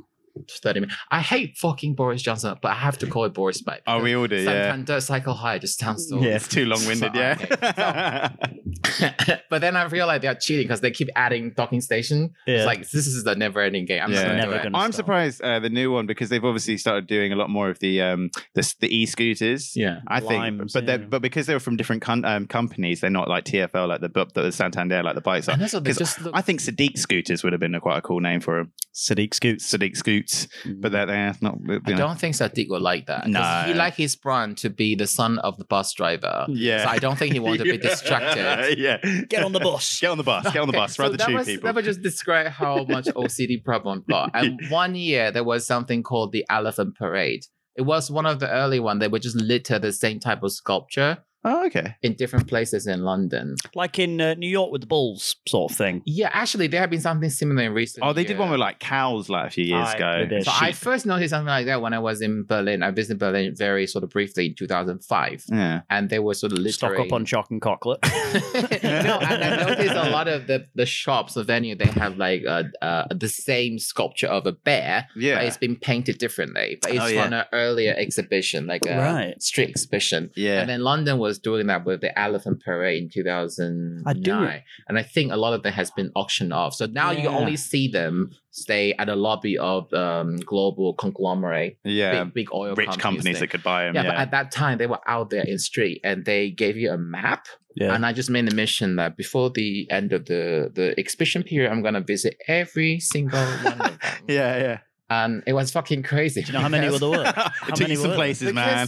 30 minutes, I hate fucking Boris Johnson, but I have to call it Boris Bike. Oh, we all do. Yeah. Sometimes the cycle high just sounds so. Yeah, it's too long-winded. So, Yeah. but then I realized they're cheating because they keep adding docking station. It's like this is the never-ending game. I'm Yeah. just gonna Never do it. gonna- I'm stop. surprised uh, the new one because they've obviously started doing a lot more of the um the, the e-scooters. Yeah. I think, Limes, but they're yeah. but because they were from different con- um, companies, they're not like TFL like the but the Santander like the bikes are. And also they 'Cause just look. I think Sadiq scooters would have been a, quite a cool name for them. Sadiq Scoots. Sadiq scoots, Mm. but they're, they're not. You I know. don't think Sadiq would like that. 'cause No. He like his brand to be the son of the bus driver. Yeah. So I don't think he wanted to be distracted. yeah. Get on the bus. Get on the bus. Get on the Okay, bus. Rather that two was, people. That would just describe how much OCD problem got. And one year there was something called the Elephant Parade. It was one of the early one. They would just litter the same type of sculpture oh, okay. in different places in London. Like in uh, New York with the Bulls sort of thing. Yeah, actually, there have been something similar in recent. Oh, they did year. one with like cows like a few years I- ago. they did. So I sheep. first noticed something like that when I was in Berlin. I visited Berlin very sort of briefly in 2005, Yeah. and they were sort of littering. Stock up on chalk and cocklet. no, and I noticed a lot of the, the shops, the venue, they have like uh, uh, the same sculpture of a bear, Yeah. but it's been painted differently. But it's Oh, yeah. from an earlier exhibition, like a Right. street exhibition. yeah. And then London was was doing that with the Elephant Parade in 2009. I do re- And I think a lot of them has been auctioned off. So now you can Yeah. only see them stay at the lobby of um, global conglomerate, Yeah. big, big oil Rich companies, companies that could buy them. yeah, Yeah. but at that time they were out there in street and they gave you a map. Yeah. And I just made a mission that before the end of the the exhibition period, I'm gonna visit every single one of them. yeah, yeah. And it was fucking crazy. Do you know how many were because- there were? it took many you some were there? places, man.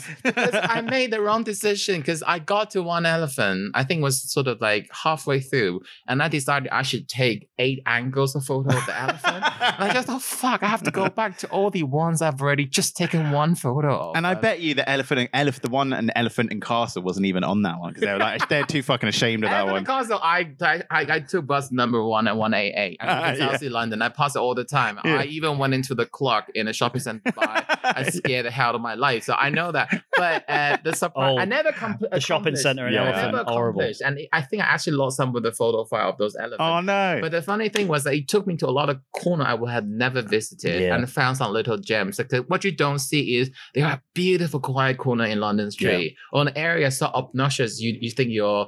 Because- because I made the wrong decision because I got to one elephant. I think it was sort of like halfway through, and I decided I should take eight angles of photo of the elephant. And I just thought, fuck, I have to go back to all the ones I've already just taken one photo of. And I bet you the um, elephant and elephant, the one and elephant and castle wasn't even on that one because they were like they're too fucking ashamed of that Elephant one. and Castle, I, I I I took bus number one at one AA. I Yeah. yeah. London. I pass it all the time. Yeah. I even went into the clock in a shopping center. By, I scared the hell out of my life, so I know that. But uh, the surprise, Oh, I never compl- The shopping accomplished- center in Yeah. Never Elephant, horrible. accomplished. And I think I actually lost some of the photo file of those elephants. oh no! But the funny thing was that it took me to a lot of corner I would have never visited Yeah. and found some little gems. Like the- what you don't see is there are beautiful quiet corner in London Street or an area so obnoxious you, you think you're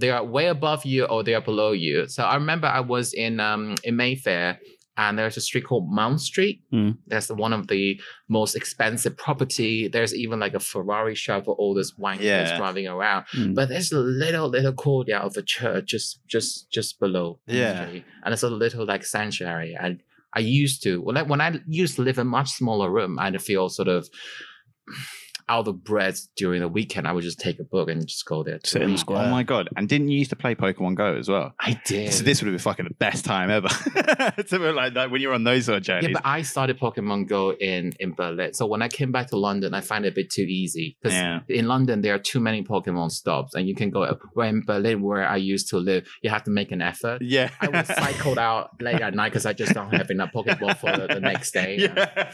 they are way above you or they are below you. So I remember I was in um in Mayfair and there's a street called Mount Street. Mm. That's one of the most expensive property. There's even like a Ferrari shop for all this wankers Yeah. driving around. Mm. But there's a little little courtyard of a church just just just below. the Yeah. street. And it's a little like sanctuary. And I used to when I when I used to live in much smaller room, I'd feel sort of out of breath during the weekend. I would just take a book and just go there. to Sit in the read. square. oh my god! And didn't you used to play Pokemon Go as well? I did. So this would have been fucking the best time ever. Something like that when you're on those sort of yeah, journeys. but I started Pokemon Go in in Berlin. So when I came back to London, I find it a bit too easy because yeah. in London there are too many Pokemon stops, and you can go. Where in Berlin, where I used to live, you have to make an effort. Yeah. I was cycled out late at night because I just don't have enough Pokeball for the, the next day. Yeah.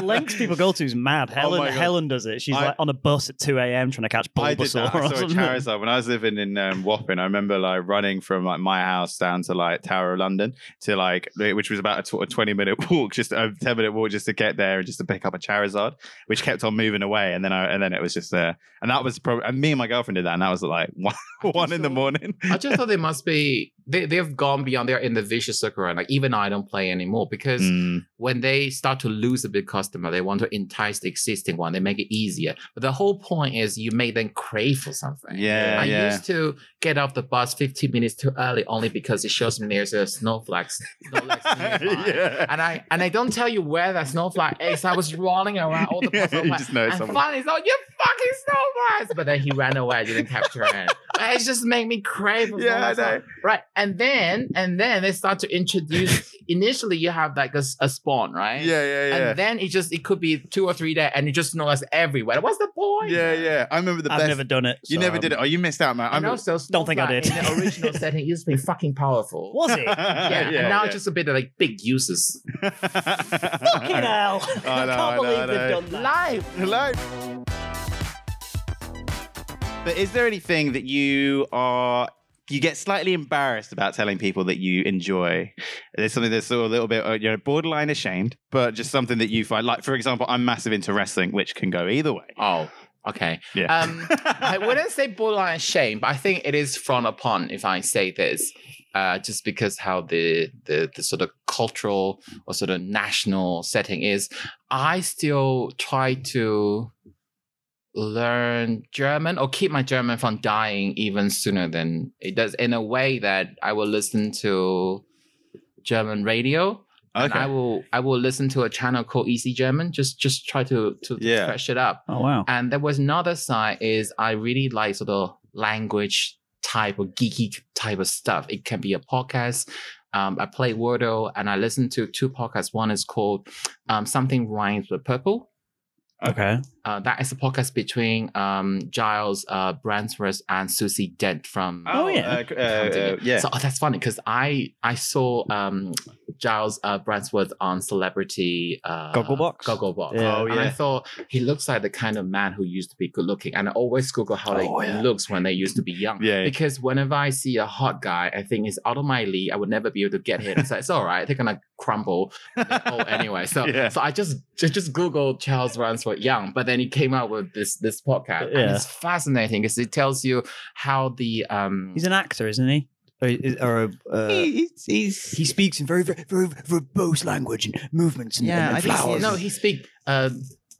The lengths people go to is mad. Helen Oh my God. Helen does it. She's I- like on a bus at 2 a.m. trying to catch I did Bulbasaur that. I or saw a something. Charizard when I was living in um, Wapping. I remember like running from like my house down to like Tower of London to like which was about a tw- a twenty minute walk, just a ten minute walk, just to get there and just to pick up a Charizard, which kept on moving away. And then I and then it was just there. And that was probably and me and my girlfriend did that, and that was like one, one in the so- morning. I just thought they must be they they've gone beyond. They're in the vicious circle, and like even I don't play anymore because Mm. when they start to lose a big customer, they want to entice the existing one. They make it easier. But the whole point is you make them crave for something. Yeah, I yeah. used to get off the bus 15 minutes too early only because it shows me there's a snowflakes. snowflakes nearby. yeah. And I and I don't tell you where that snowflake is. I was rolling around all the bus. I'm you like, just know and someone. finally, he's like, "You fucking snowflakes!" But then he ran away. I didn't capture him. But it just made me crave. for Yeah, I snowflakes. know. Right, and then and then they start to introduce. initially, you have like a, s- a spawn, right? Yeah, yeah, yeah. And then it just it could be two or three days, and you just know that's everywhere. What's the point? yeah, yeah. I remember the I've best. never done it. you so, never did it. um, Oh, you missed out, man. And I'm- also, Don't think I Snowflake did. In the original setting, it used to be fucking powerful. Was it? Yeah, and now it's just a bit of like big uses. Fucking hell. uh, I, know, I can't know, believe I they've know. done that. Live. Hello. But is there anything that you are you get slightly embarrassed about telling people that you enjoy? There's something that's sort of a little bit uh, you know borderline ashamed, but just something that you find like for example, I'm massive into wrestling, which can go either way. Oh, okay. Yeah. Um, I wouldn't say borderline shame, but I think it is frowned upon if I say this, uh, just because how the, the the sort of cultural or sort of national setting is. I still try to learn German or keep my German from dying even sooner than it does. In a way that I will listen to German radio. And I okay. will I will listen to a channel called Easy German. Just just try to to Yeah. fresh it up. Oh wow. And there was another side is I really like sort of language type or geeky type of stuff. It can be a podcast. Um, I play Wordle and I listen to two podcasts. One is called um, Something Rhymes with Purple. Okay. Uh, that is a podcast between um, Giles uh, Brandsworth and Susie Dent from Oh, yeah. uh, uh, uh, yeah. so oh, that's funny because I I saw um Giles uh, Bransworth on Celebrity uh, Gogglebox? Gogglebox. Yeah. Oh, And I yeah. thought he looks like the kind of man who used to be good looking. And I always Google how they Oh, yeah. looks when they used to be young. Yeah. Because whenever I see a hot guy, I think it's out of my league. I would never be able to get him. So it's all right. They're gonna crumble. Oh, anyway. So Yeah. so I just ju- just Googled Charles Ransford Young, but then he came out with this this podcast. And Yeah. it's fascinating because it tells you how the um He's an actor, isn't he? Or, is- or a, uh, he's, he's he speaks in very, very, very verbose language and movements and, yeah, and I think he- flowers. no, he speak. Uh,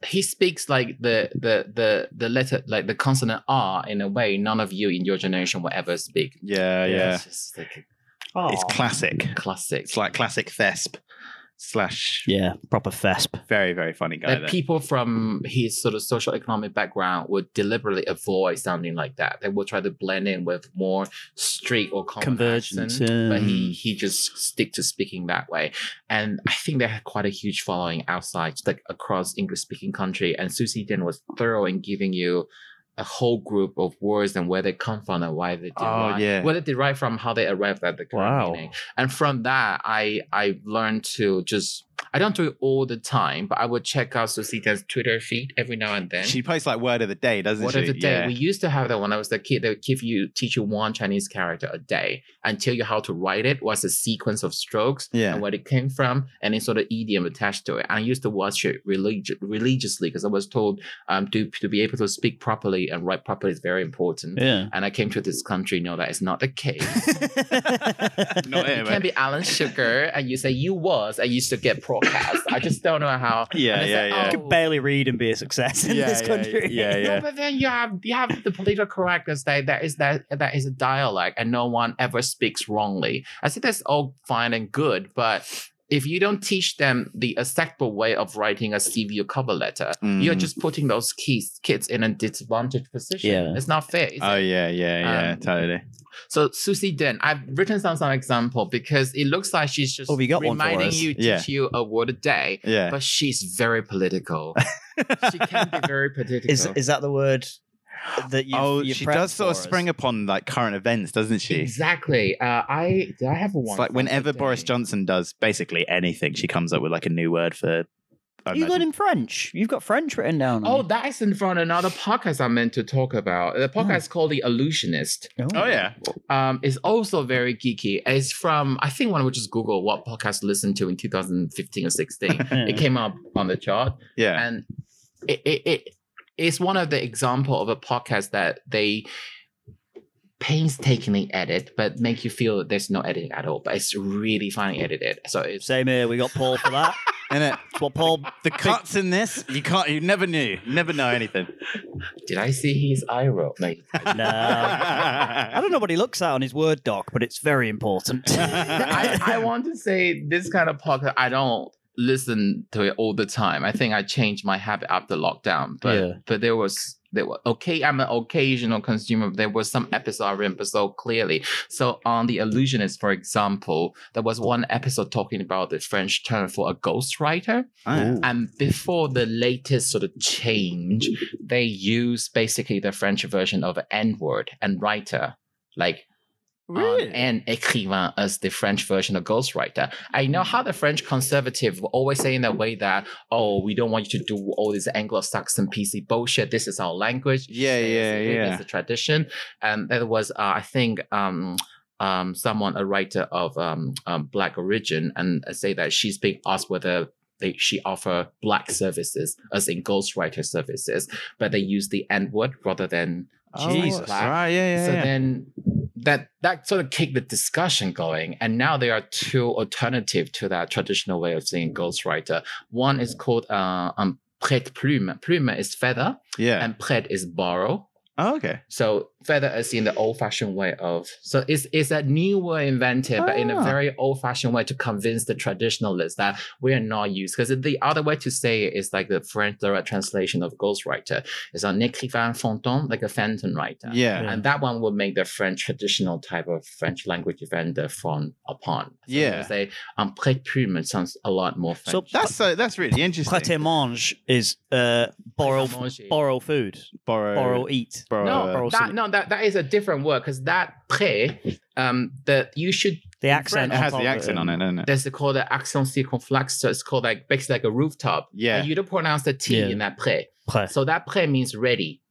he speaks like the the the the letter like the consonant R in a way none of you in your generation will ever speak. Yeah, Uh, yeah. it's just like Oh. It's classic. classic. It's like classic Thesp slash yeah, proper thesp. very, very funny guy. that there. people from his sort of social economic background would deliberately avoid sounding like that. They would try to blend in with more street or common Convergence, accent, yeah. but Mm. he he just stick to speaking that way. And I think they had quite a huge following outside, like across English speaking country. And Susie Din was thorough in giving you a whole group of words and where they come from and why they Oh, derive, yeah. where they derive from, how they arrived at the current Wow. meaning. And from that, I I learned to just I don't do it all the time, but I would check out Susita's Twitter feed every now and then. She posts like word of the day, doesn't What she? of the day? Yeah. We used to have that when I was a kid. They would give you teach you one Chinese character a day and tell you how to write it, what's the sequence of strokes, Yeah. and where it came from, and any sort of idiom attached to it. And I used to watch it religi- religiously because I was told um, to to be able to speak properly and write properly is very important. Yeah. And I came to this country, know that it's not the case. Not You can be Alan Sugar, and you say you was, and you still get broadcast. I just don't know how. Yeah, And it's yeah, like, yeah. oh, Could barely read and be a success in yeah, this yeah, country. Yeah, No, yeah. but then you have you have the political correctness that that is that that is a dialect, and no one ever speaks wrongly. I think that's all fine and good, but if you don't teach them the acceptable way of writing a CV or cover letter, you're Mm. Mhm. just putting those kids kids in a disadvantaged position. Yeah. It's not fair. It's Oh yeah, yeah, yeah, Um, totally. So Susie Din, I've written down some example because it looks like she's just Oh, we got one for reminding us. you to Yeah. teach you a word a day, Yeah. but she's very political. she can be very political. Is is that the word that you? oh, she does sort of spring upon like current events, doesn't she? exactly. Uh, I do I have one. It's like for whenever today? Boris Johnson does basically anything, she comes up with like a new word for. I You got imagine- in French. You've got French written down. Oh, that is in front of another podcast I meant to talk about. Hmm. The podcast is called The Illusionist. Oh yeah, um, is also very geeky. It's from I think when we just Google what podcast to listen to in 2015 or 16, Oh. it came up on the chart, yeah. and it it, it is one of the example of a podcast that they painstakingly edit, but make you feel that there's no editing at all. But it's really finely edited, so it's Same here. We got Paul for that. And it, That's what Paul. the cuts in this, you can't, you never knew, never know anything. did I see his eye roll? No, No. uh, I don't know what he looks at on his Word doc, but it's very important. I, I want to say this kind of podcast. I don't listen to it all the time. I think I changed my habit after lockdown. But Yeah. but there was there were okay. I'm an occasional consumer. But there was some episode I remember so clearly. So on the Illusionist, for example, there was one episode talking about the French term for a ghostwriter. Oh, And before the latest sort of change, they use basically the French version of N word and writer, like Really? Um, and écrivain as the French version of ghostwriter. I know how the French conservative will always say in a way that, oh, we don't want you to do all this Anglo-Saxon PC bullshit. This is our language. You Yeah, say yeah, it's a- yeah. It's a tradition. And there was, uh, I think, um, um, someone, a writer of um, um, black origin, and say that she's being asked whether they, she offer black services as in ghostwriter services, but they use the N word rather than Jesus, Oh, right? Yeah, yeah, so yeah. then that that sort of kicked the discussion going and now there are two alternative to that traditional way of saying ghostwriter one is called uh um prête plume plume is feather yeah. and prête is borrow oh, okay. so feather is in the old-fashioned way of so it's it's a newer invented, but in a Ah. very old-fashioned way to convince the traditionalists that we are not used. Because the other way to say it is like the French literal translation of ghostwriter is an écrivain fantôme, like a phantom writer. Yeah. And that one would make the French traditional type of French language event the frown upon. So they Yeah. would Say um prête plume it sounds a lot more French. So That's so. That's really interesting. Prêt à manger is uh, borrow Manger. borrow food, borrow, borrow eat. borrow, no, uh, borrow that, no, that that is a different word because that pré, um, that you should The accent. It on has top the of accent on it, doesn't it? There's called the accent circonflexe. So it's called like basically like a rooftop. Yeah. And you don't pronounce the T Yeah. in that prêt. Prêt. So that prêt means ready.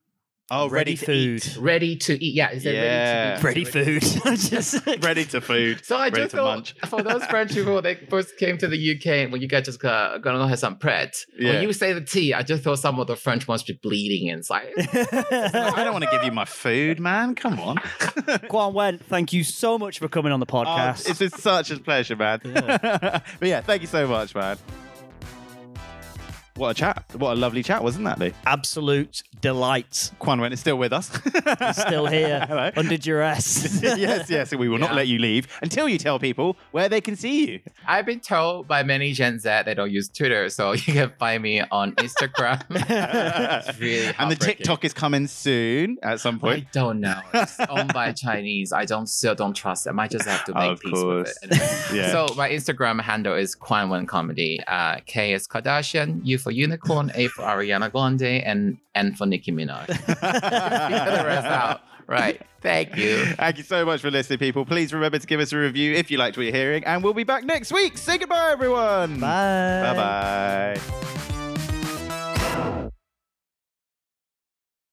Oh, ready, Ready food. to Ready to eat. Yeah. Is it Yeah. ready to eat? Ready food. Just- eat. ready to food. So I Ready just to thought munch. for those French people that first came to the UK, when you guys just uh, gonna have some pret. Yeah. When you say the T, I just thought some of the French must be bleeding inside. I don't want to give you my food, man. Come on. Quan Wen, thank you so much for coming on the Oh, podcast. it's been such a pleasure, man. but yeah, thank you so much, man. What a chat. What a lovely chat, wasn't that, Lee? Absolute delight. Quan Wen is still with us. Still here, Hello. under duress. yes, yes. We will not Yeah. let you leave until you tell people where they can see you. I've been told by many Gen Z they don't use Twitter, so you can find me on Instagram. It's and really the heartbreaking. TikTok is coming soon at some I point. don't know. It's owned by Chinese. I don't still don't trust them. I just have to make Of peace course. with it. Anyway. Yeah. So my Instagram handle is Quan Wen Comedy. Uh, K is Kardashian, U for Unicorn, A for Ariana Grande, and N for Nicki Minaj. figure the rest out. Right. Thank you. Thank you so much for listening, people. Please remember to give us a review if you liked what you're hearing, and we'll be back next week. Say goodbye, everyone. Bye. Bye bye.